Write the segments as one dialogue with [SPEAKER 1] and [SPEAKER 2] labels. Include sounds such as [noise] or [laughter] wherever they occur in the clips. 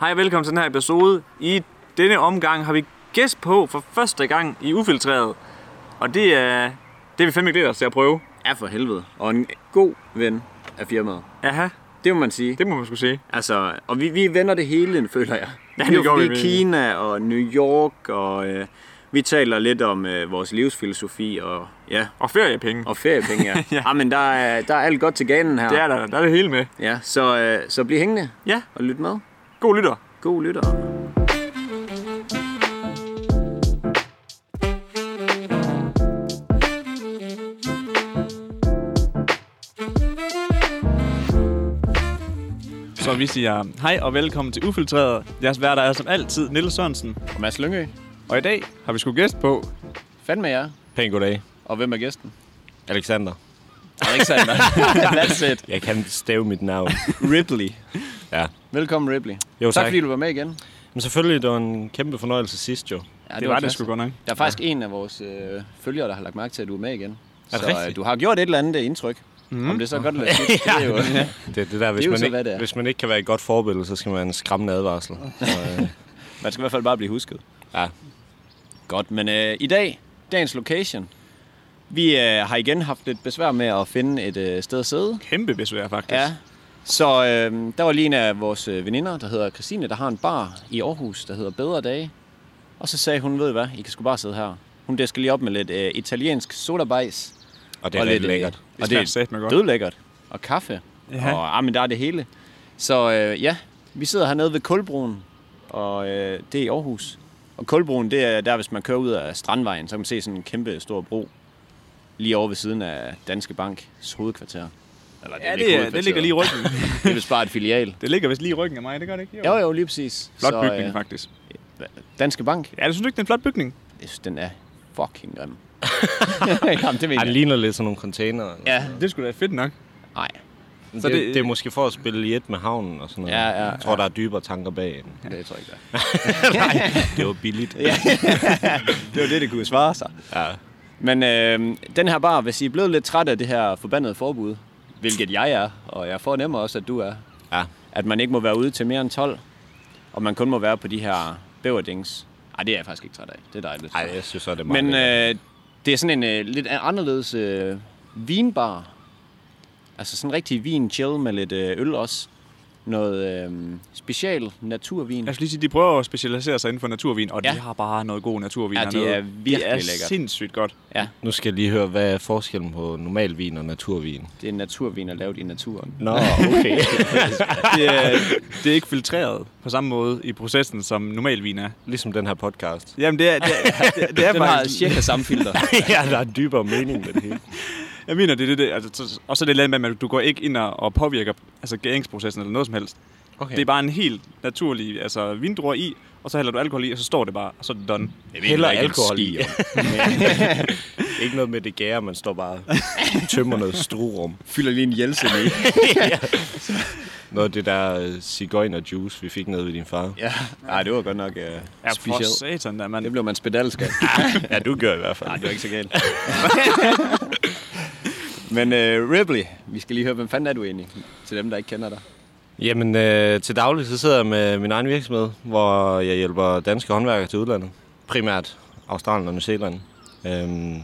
[SPEAKER 1] Hej og velkommen til den her episode. I denne omgang har vi gæst på for første gang i Ufiltreret. Og det er, det er vi fandme glæder os til at prøve.
[SPEAKER 2] er for helvede. Og en god ven af firmaet.
[SPEAKER 1] Aha,
[SPEAKER 2] Det må man sige. Det...
[SPEAKER 1] det må man skulle sige.
[SPEAKER 2] Altså, og vi, vi vender det hele, føler jeg.
[SPEAKER 1] Ja,
[SPEAKER 2] vi
[SPEAKER 1] det gør vi
[SPEAKER 2] forbi
[SPEAKER 1] virkelig.
[SPEAKER 2] Kina og New York, og øh, vi taler lidt om øh, vores livsfilosofi og, ja,
[SPEAKER 1] Og feriepenge.
[SPEAKER 2] og feriepenge. Ja.
[SPEAKER 1] [laughs] Ja.
[SPEAKER 2] ja. Ah, men der er, der er alt godt til ganen her.
[SPEAKER 1] Det er der, der er det hele med.
[SPEAKER 2] Ja, så, øh, så bliv hængende
[SPEAKER 1] Ja,
[SPEAKER 2] og lyt med.
[SPEAKER 1] god lytter.
[SPEAKER 2] God lytter.
[SPEAKER 3] Så vi siger hej og velkommen til Ufiltreret. Jeres værter er som altid Nils Sørensen.
[SPEAKER 2] Og Mads Lyngø,
[SPEAKER 3] Og i dag har vi sgu gæst på.
[SPEAKER 2] fandme med jer.
[SPEAKER 4] Pæn goddag.
[SPEAKER 2] Og hvem er gæsten?
[SPEAKER 4] Alexander.
[SPEAKER 2] Alexander.
[SPEAKER 1] [laughs]
[SPEAKER 2] That's it.
[SPEAKER 4] Jeg kan stave mit
[SPEAKER 2] [laughs]
[SPEAKER 4] navn.
[SPEAKER 2] Ripley.
[SPEAKER 4] Ja.
[SPEAKER 2] Velkommen, Ripley.
[SPEAKER 4] Jo,
[SPEAKER 2] tak
[SPEAKER 4] tak.
[SPEAKER 2] fordi du var med igen. Ja,
[SPEAKER 4] Men selvfølgelig, det var en kæmpe fornøjelse sidst jo.
[SPEAKER 2] det,
[SPEAKER 3] det var det sgu godt nok.
[SPEAKER 2] Der er faktisk en af vores øh, følgere, der har lagt mærke til, at du er med igen.
[SPEAKER 4] Er det
[SPEAKER 2] så øh,
[SPEAKER 4] rigtigt?
[SPEAKER 2] du har gjort et eller andet indtryk. Mm. Om det er så godt [laughs] eller skidt, det er jo...
[SPEAKER 4] Det, er det der, hvis,
[SPEAKER 2] jo
[SPEAKER 4] man
[SPEAKER 2] så,
[SPEAKER 4] ikke,
[SPEAKER 2] hvad det er.
[SPEAKER 4] hvis man ikke kan være et godt forbillede, så skal man have en skræmmende
[SPEAKER 2] [laughs]
[SPEAKER 4] advarsel. Så, øh,
[SPEAKER 2] Man skal i hvert fald bare blive husket.
[SPEAKER 4] ja.
[SPEAKER 2] Godt, men øh, i dag, dagens location. Vi øh, har igen haft lidt besvær med at finde et øh, sted at sidde.
[SPEAKER 3] Kæmpe besvær, faktisk.
[SPEAKER 2] Ja. Så øh, der var lige en af vores øh, veninder, der hedder Christine, der har en bar i Aarhus, der hedder Bedre Dage. Og så sagde hun, ved I hvad, I kan sgu bare sidde her. Hun skal lige op med lidt øh, italiensk sodabajs.
[SPEAKER 4] Og det er
[SPEAKER 2] Og
[SPEAKER 4] og
[SPEAKER 2] lidt,
[SPEAKER 4] rigtig lækkert.
[SPEAKER 2] øh,
[SPEAKER 3] Det smager satme godt.
[SPEAKER 2] dødlækkert. Og kaffe.
[SPEAKER 3] Ja.
[SPEAKER 2] Ja. Og ah, men der er det hele. Så øh, ja, vi sidder hernede ved Kulbroen, og øh, det er i Aarhus. Og Kulbroen, det er der, hvis man kører ud af Strandvejen, så kan man se sådan en kæmpe stor bro lige over ved siden af Danske Banks hovedkvarter. Eller,
[SPEAKER 3] Ja,
[SPEAKER 2] er
[SPEAKER 3] det,
[SPEAKER 2] ikke
[SPEAKER 3] er, det ligger lige i ryggen.
[SPEAKER 2] hovedkvarteret. Det er vist bare et filial.
[SPEAKER 3] [laughs] det ligger vist lige i ryggen af mig, det gør det ikke?
[SPEAKER 2] Jo, jo, lige præcis.
[SPEAKER 3] Flot
[SPEAKER 2] så,
[SPEAKER 3] bygning, faktisk.
[SPEAKER 2] øh, Danske Bank,
[SPEAKER 3] Ja, det synes du ikke, det er en flot bygning?
[SPEAKER 2] jeg synes, den er fucking grim. Jamen, det mener
[SPEAKER 4] Ej, det
[SPEAKER 2] jeg.
[SPEAKER 4] ligner lidt sådan nogle containere.
[SPEAKER 2] Ja,
[SPEAKER 3] Det skulle da fedt nok.
[SPEAKER 2] nej.
[SPEAKER 4] Så det, det, det, er måske for at spille i et med havnen og sådan noget.
[SPEAKER 2] Ja, ja,
[SPEAKER 4] jeg tror, der er dybere tanker bag. end-
[SPEAKER 2] Det tror jeg ikke, der er. [laughs]
[SPEAKER 4] Det var billigt.
[SPEAKER 2] det var det, det kunne svare sig.
[SPEAKER 4] Ja.
[SPEAKER 2] Men øh, den her bar, hvis I er blevet lidt træt af det her forbandede forbud, hvilket jeg er, og jeg fornemmer også, at du er,
[SPEAKER 4] ja.
[SPEAKER 2] at man ikke må være ude til mere end 12, og man kun må være på de her bæverdings. Ej, det er jeg faktisk ikke træt af. Det er dejligt.
[SPEAKER 4] Ej, jeg synes så, det er meget
[SPEAKER 2] Men
[SPEAKER 4] lækkert.
[SPEAKER 2] øh, det er sådan en øh, lidt anderledes øh, vinbar. Altså sådan en rigtig vin chill med lidt øh, øl også. Noget øh, special naturvin.
[SPEAKER 3] Jeg skulle lige sige, de prøver at specialisere sig inden for naturvin, og ja.
[SPEAKER 2] Ja.
[SPEAKER 3] de har bare noget god naturvin
[SPEAKER 2] Ja, de
[SPEAKER 3] hernede.
[SPEAKER 2] er virkelig
[SPEAKER 3] det er
[SPEAKER 2] lækkert.
[SPEAKER 3] sindssygt godt.
[SPEAKER 2] Ja,
[SPEAKER 4] Nu skal jeg lige høre, hvad er forskellen på normalvin og naturvin?
[SPEAKER 2] det er en naturvin at lave i naturen.
[SPEAKER 4] Nå, okay.
[SPEAKER 3] Det er, det er ikke filtreret på samme måde i processen, som normalvin er.
[SPEAKER 4] [laughs] ligesom den her
[SPEAKER 2] [laughs]
[SPEAKER 4] podcast.
[SPEAKER 3] Jamen, det er, det er, det er, det er
[SPEAKER 2] Den har
[SPEAKER 3] faktisk...
[SPEAKER 2] cirka samme filter.
[SPEAKER 4] ja, der er en dybere mening med det hele.
[SPEAKER 3] Jeg mener, det er det, det altså, så- og så er det lavet med, at du går ikke ind og, og påvirker altså, gæringsprocessen eller noget som helst.
[SPEAKER 4] Okay.
[SPEAKER 3] Det er bare en helt naturlig altså, vindruer i, og så hælder du alkohol i, og så står det bare, og så er det done.
[SPEAKER 4] Heller
[SPEAKER 2] ikke en
[SPEAKER 4] alkohol i.
[SPEAKER 2] skid.
[SPEAKER 4] jo. [laughs] ikke noget med det gære, man står bare og tømmer noget strurum.
[SPEAKER 2] Fylder lige en jelsen
[SPEAKER 4] [laughs]
[SPEAKER 2] i.
[SPEAKER 4] Noget af det der cigøjner juice, vi fik nede ved din far.
[SPEAKER 2] Ja, nej, det var godt nok øh,
[SPEAKER 3] Ja, for
[SPEAKER 2] specielt.
[SPEAKER 3] satan, der, man.
[SPEAKER 2] Det blev man spedalsk af.
[SPEAKER 4] [laughs] Ja, du gør i hvert fald.
[SPEAKER 2] Nej, det var ikke så galt. [laughs] Men øh, Ripley, vi skal lige høre, hvem fanden er du egentlig? Til dem, der ikke
[SPEAKER 4] [laughs]
[SPEAKER 2] kender dig.
[SPEAKER 4] Jamen, øh, til daglig så sidder jeg med min egen virksomhed, hvor jeg hjælper danske håndværkere til udlandet. Primært Australien og New Zealand. Øhm,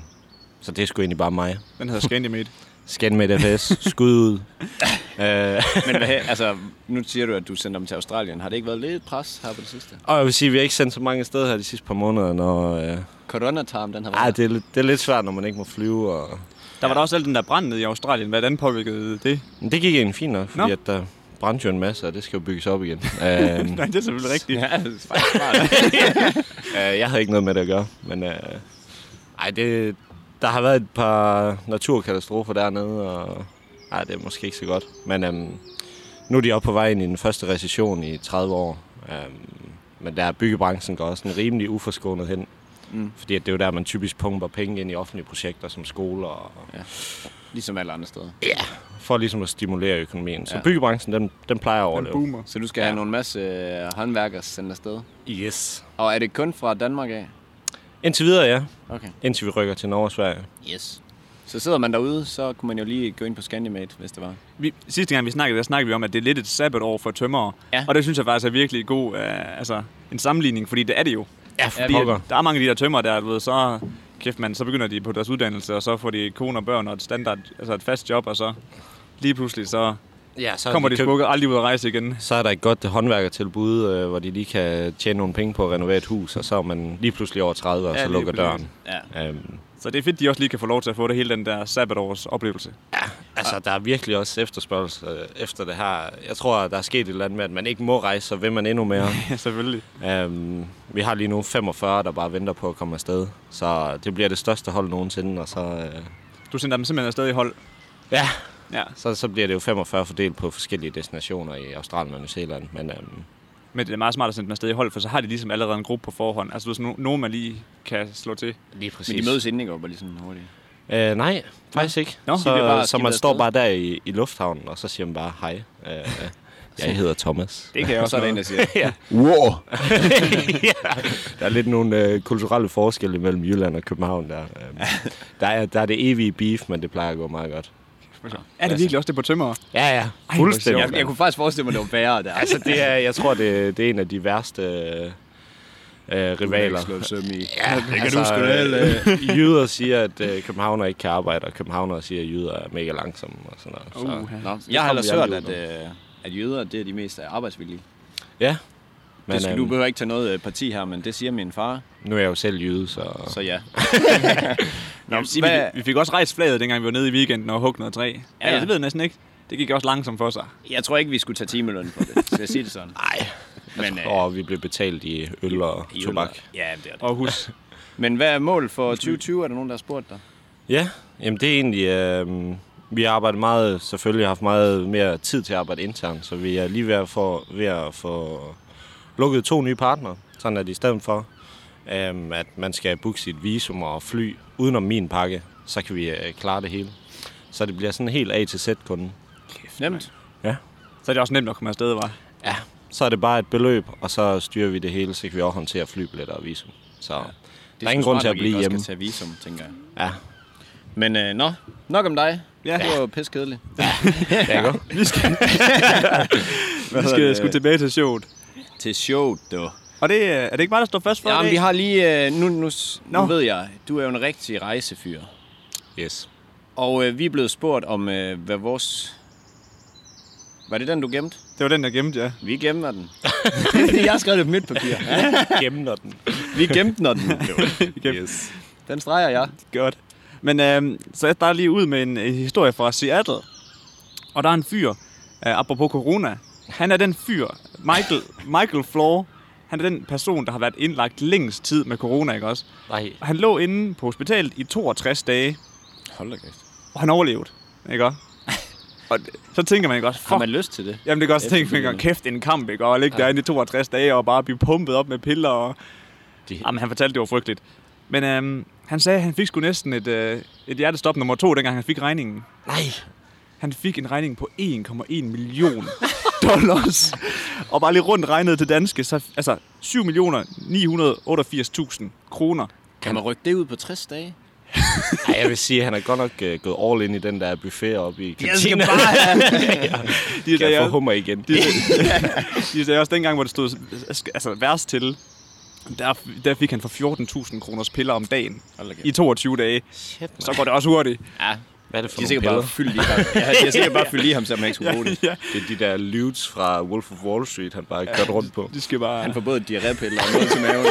[SPEAKER 4] så det er sgu egentlig bare mig.
[SPEAKER 3] Den hedder Scandimate.
[SPEAKER 4] Scan med FS, skud ud. Øh,
[SPEAKER 2] Men hvad, altså, nu siger du, at du sender dem til Australien. Har det ikke været lidt pres her på det sidste?
[SPEAKER 4] og jeg vil sige, at vi har ikke sendt så mange steder her de sidste par måneder, når... Øh,
[SPEAKER 2] Coronatarm, den har
[SPEAKER 4] ej,
[SPEAKER 2] været.
[SPEAKER 4] det, er, lidt- det er lidt svært, når man ikke må flyve og
[SPEAKER 3] Der var der også alt den der brand nede i Australien. Hvordan påvirkede det?
[SPEAKER 4] Men det gik egentlig fint nok, fordi
[SPEAKER 3] Nå.
[SPEAKER 4] at der brændte jo en masse, og det skal jo bygges op
[SPEAKER 3] [laughs]
[SPEAKER 4] igen. øhm,
[SPEAKER 3] Nej, det er [laughs] selvfølgelig rigtigt.
[SPEAKER 2] Ja, det er faktisk smart.
[SPEAKER 4] øh, jeg havde ikke noget med det at gøre, men øh, ej, det, der har været et par naturkatastrofer dernede, og ej, det er måske ikke så godt. Men øhm, nu er de oppe på vej ind i den første recession i 30 år. Øhm, men der er byggebranchen går også en rimelig uforskånet hen.
[SPEAKER 2] Mm.
[SPEAKER 4] Mm. Fordi at det er jo der, man typisk pumper penge ind i offentlige projekter som skoler, og
[SPEAKER 2] Ligesom alle andre steder.
[SPEAKER 4] for ligesom at stimulere økonomien. Så
[SPEAKER 2] Ja.
[SPEAKER 4] ja. byggebranchen, den, den plejer at overleve.
[SPEAKER 3] Boomer.
[SPEAKER 2] Så du skal have nogle masse øh, håndværkere sendt afsted.
[SPEAKER 4] Yes.
[SPEAKER 2] Og er det kun fra Danmark af?
[SPEAKER 4] Indtil videre, ja.
[SPEAKER 2] Okay.
[SPEAKER 4] Indtil vi rykker til Norge og Sverige.
[SPEAKER 2] Yes. Så sidder man derude, så kunne man jo lige gå ind på Scandimate, hvis det var.
[SPEAKER 3] Vi, sidste gang vi snakkede, der snakkede vi om, at det er lidt et sabbatår for tømrere.
[SPEAKER 2] Ja.
[SPEAKER 3] Og det synes jeg faktisk er virkelig god, øh, altså en sammenligning, fordi det er det jo.
[SPEAKER 4] Ja, for
[SPEAKER 3] Fordi,
[SPEAKER 4] pokker.
[SPEAKER 3] at der er mange af de der tømmer, der du ved, så kæft man, så begynder de på deres uddannelse, og så får de kone og børn og et standard, altså et fast job, og så lige pludselig så
[SPEAKER 4] Ja, så
[SPEAKER 3] kommer
[SPEAKER 4] de
[SPEAKER 3] de
[SPEAKER 4] købt-
[SPEAKER 3] smukke aldrig ud at rejse igen.
[SPEAKER 4] Så er der et godt håndværkertilbud, øh, hvor de lige kan tjene nogle penge på at renovere et hus, og så er man lige pludselig over 30, og
[SPEAKER 3] Ja,
[SPEAKER 4] så
[SPEAKER 3] lige
[SPEAKER 4] lukker
[SPEAKER 3] præcis.
[SPEAKER 4] døren.
[SPEAKER 2] Ja.
[SPEAKER 4] Øhm,
[SPEAKER 3] Så det er fedt, de også lige kan få lov til at få det hele den der sabbatårs oplevelse.
[SPEAKER 4] altså, der er virkelig også efterspørgsel øh, efter det her. Jeg tror, der er sket et eller andet med, at man ikke må rejse, så vil man endnu [laughs] mere.
[SPEAKER 3] [laughs] Ja, selvfølgelig.
[SPEAKER 4] øhm, vi har lige nu 45, der bare venter på at komme afsted, så det bliver det største hold nogensinde, og så, øh,
[SPEAKER 3] Du sender dem simpelthen afsted i hold.
[SPEAKER 4] ja,
[SPEAKER 3] Ja.
[SPEAKER 4] så, så bliver det jo 45 fordelt på forskellige destinationer i Australien og New Zealand. Men øhm,
[SPEAKER 3] Men det er meget smart at sende dem afsted i hold, for så har de ligesom allerede en gruppe på forhånd. Altså, du ved, sådan no- nogen, man lige kan slå til.
[SPEAKER 4] lige præcis.
[SPEAKER 2] Men de mødes inden, ikke? Og bare lige sådan hurtigt.
[SPEAKER 4] Øh, nej, faktisk ikke.
[SPEAKER 3] Nå,
[SPEAKER 4] så,
[SPEAKER 2] de bliver bare
[SPEAKER 4] så
[SPEAKER 2] skibet
[SPEAKER 4] man står
[SPEAKER 2] afsted.
[SPEAKER 4] bare der i, i lufthavnen, og så siger man bare hej. Øh, jeg hedder Thomas.
[SPEAKER 3] Det kan jeg
[SPEAKER 2] Og så
[SPEAKER 3] også
[SPEAKER 2] er der en,
[SPEAKER 3] noget.
[SPEAKER 2] der siger,
[SPEAKER 4] Wow! Der er lidt nogle øh, kulturelle forskelle mellem Jylland og København der. Øh, der, er, der er det evige beef, men det plejer at gå meget godt.
[SPEAKER 3] Er det virkelig også det på tømmer?
[SPEAKER 4] Ja, ja.
[SPEAKER 3] hvor
[SPEAKER 4] Fuldstændig.
[SPEAKER 2] [laughs] jeg, jeg kunne faktisk forestille mig, at det var værre der.
[SPEAKER 4] Altså, det er, jeg tror, det, det er en af de værste øh, øh, rivaler. Ja, det kan altså, du sgu øh, Jyder siger, at øh, københavner ikke kan arbejde, og københavnere siger, at jyder er mega langsomme og sådan noget. Så.
[SPEAKER 3] Uh,
[SPEAKER 2] Nå,
[SPEAKER 4] skal
[SPEAKER 2] jeg har
[SPEAKER 4] komme
[SPEAKER 2] ellers
[SPEAKER 4] vi
[SPEAKER 2] hørt,
[SPEAKER 4] aldrig
[SPEAKER 2] at, øh, at jøder, det er de mest øh, arbejdsvillige.
[SPEAKER 4] Ja.
[SPEAKER 2] Men, det skal, du
[SPEAKER 4] øhm,
[SPEAKER 2] behøver ikke tage noget øh, parti her, men det siger min far,
[SPEAKER 4] Nu er jeg jo selv jyde, så...
[SPEAKER 2] så
[SPEAKER 4] [laughs]
[SPEAKER 2] ja.
[SPEAKER 3] Nå,
[SPEAKER 2] men
[SPEAKER 3] sige,
[SPEAKER 2] hvad-
[SPEAKER 3] vi, vi fik også rejst flaget, dengang vi var nede i weekenden og huggede noget træ. Ja,
[SPEAKER 2] Ja.
[SPEAKER 3] ja. det ved jeg næsten ikke. Det gik også langsomt for sig.
[SPEAKER 2] Jeg tror ikke, vi skulle tage timeløn på det. Skal jeg sige det
[SPEAKER 4] [laughs]
[SPEAKER 2] sådan?
[SPEAKER 4] Nej.
[SPEAKER 2] Men, øh,
[SPEAKER 4] Og vi blev betalt i øl og
[SPEAKER 2] i øl-
[SPEAKER 4] tobak.
[SPEAKER 2] Ja, det er det.
[SPEAKER 3] Og
[SPEAKER 2] [laughs]
[SPEAKER 3] hus.
[SPEAKER 2] Men hvad er målet for 2020? Er der nogen, der har spurgt dig?
[SPEAKER 4] Ja, jamen det er egentlig... Øh, vi har arbejdet meget, selvfølgelig haft meget mere tid til at arbejde internt, så vi er lige ved at få, ved at få lukket to nye partnere, sådan at i stedet for, øh, at man skal booke sit visum og fly udenom min pakke, så kan vi øh, klare det hele. Så det bliver sådan helt A til Z-kunden.
[SPEAKER 2] Nemt.
[SPEAKER 3] Så er det også nemt at komme afsted, var.
[SPEAKER 4] Ja, så er det bare et beløb, og så styrer vi det hele, så kan vi også håndtere flybilletter og visum. Så ja, der er ingen grund til at blive hjemme.
[SPEAKER 2] Jeg skal tage visum, tænker jeg.
[SPEAKER 4] Ja,
[SPEAKER 2] Men øh, nå, nok om dig.
[SPEAKER 3] Ja.
[SPEAKER 2] Det var jo pisse kedeligt.
[SPEAKER 4] [laughs] ja. ja.
[SPEAKER 3] Vi
[SPEAKER 2] hedder
[SPEAKER 3] skal
[SPEAKER 2] det?
[SPEAKER 3] sgu tilbage til showet.
[SPEAKER 2] Til showet, du.
[SPEAKER 3] Og det, øh, er det ikke mig, der står først for i
[SPEAKER 2] Jamen,
[SPEAKER 3] dag?
[SPEAKER 2] vi har lige... Øh, nu, nu, s- nu
[SPEAKER 3] Nå.
[SPEAKER 2] ved jeg, du er jo en rigtig rejsefyr.
[SPEAKER 4] Yes.
[SPEAKER 2] Og øh, vi er blevet spurgt om, øh, hvad vores... Var det den, du gemte?
[SPEAKER 3] Det var den, jeg gemte, ja.
[SPEAKER 2] Vi gemmer den. [laughs] jeg har skrevet det på mit papir.
[SPEAKER 4] Gemmer den.
[SPEAKER 2] Vi gemmer den. [laughs]
[SPEAKER 4] Yes.
[SPEAKER 2] Den streger jeg.
[SPEAKER 3] Godt. Men øh, så jeg starter lige ud med en, en historie fra Seattle. Og der er en fyr, øh, apropos corona. Han er den fyr, Michael, Michael Floor. Han er den person, der har været indlagt længst tid med corona, ikke også?
[SPEAKER 4] Nej.
[SPEAKER 3] Og han lå inde på hospitalet i 62 dage,
[SPEAKER 2] Hold da kæft.
[SPEAKER 3] og han overlevede, ikke også? Og det- så tænker man ikke også,
[SPEAKER 2] Har
[SPEAKER 3] fuck,
[SPEAKER 2] man lyst til det?
[SPEAKER 3] Jamen det kan også tænke, man
[SPEAKER 2] Efterfølgende.
[SPEAKER 3] kan kæft det er en kamp, ikke? Og ligge ja. derinde i 62 dage og bare blive pumpet op med piller. Og...
[SPEAKER 4] Det-
[SPEAKER 3] Jamen han fortalte, det var frygteligt. Men øhm, han sagde, at han fik sgu næsten et, øh, et hjertestop nummer to, dengang han fik regningen.
[SPEAKER 4] Nej.
[SPEAKER 3] Han fik en regning på 1,1 million [laughs] dollars. Og bare lige rundt regnet til danske, så altså 7 millioner 988.000 kroner.
[SPEAKER 2] Kan man rykke det ud på 60 dage?
[SPEAKER 4] Ej, jeg vil sige, at han er godt nok uh, gået all in i den der buffet oppe i kantinen.
[SPEAKER 3] skal
[SPEAKER 4] [laughs]
[SPEAKER 3] bare De
[SPEAKER 4] Kan
[SPEAKER 3] sagde,
[SPEAKER 4] jeg få
[SPEAKER 3] også,
[SPEAKER 4] hummer igen?
[SPEAKER 3] de, de sagde også dengang, hvor det stod altså, værst til, der, der fik han for 14.000 kroners piller om dagen.
[SPEAKER 2] Hold da kæft.
[SPEAKER 3] i 22 dage.
[SPEAKER 4] Shit, man.
[SPEAKER 3] Så går det også hurtigt.
[SPEAKER 2] Ja,
[SPEAKER 4] Hvad er det for
[SPEAKER 2] de er
[SPEAKER 4] nogle
[SPEAKER 2] sikkert bare
[SPEAKER 4] piller?
[SPEAKER 2] fyldt lige ham. Ja, de har
[SPEAKER 3] [laughs]
[SPEAKER 2] sikkert bare fyldt lige ham, så man ikke skulle bruge det.
[SPEAKER 4] Det er de der lewds fra Wolf of Wall Street, han bare kørt rundt på.
[SPEAKER 3] De skal bare...
[SPEAKER 2] Han får både diarrépiller og noget til maven.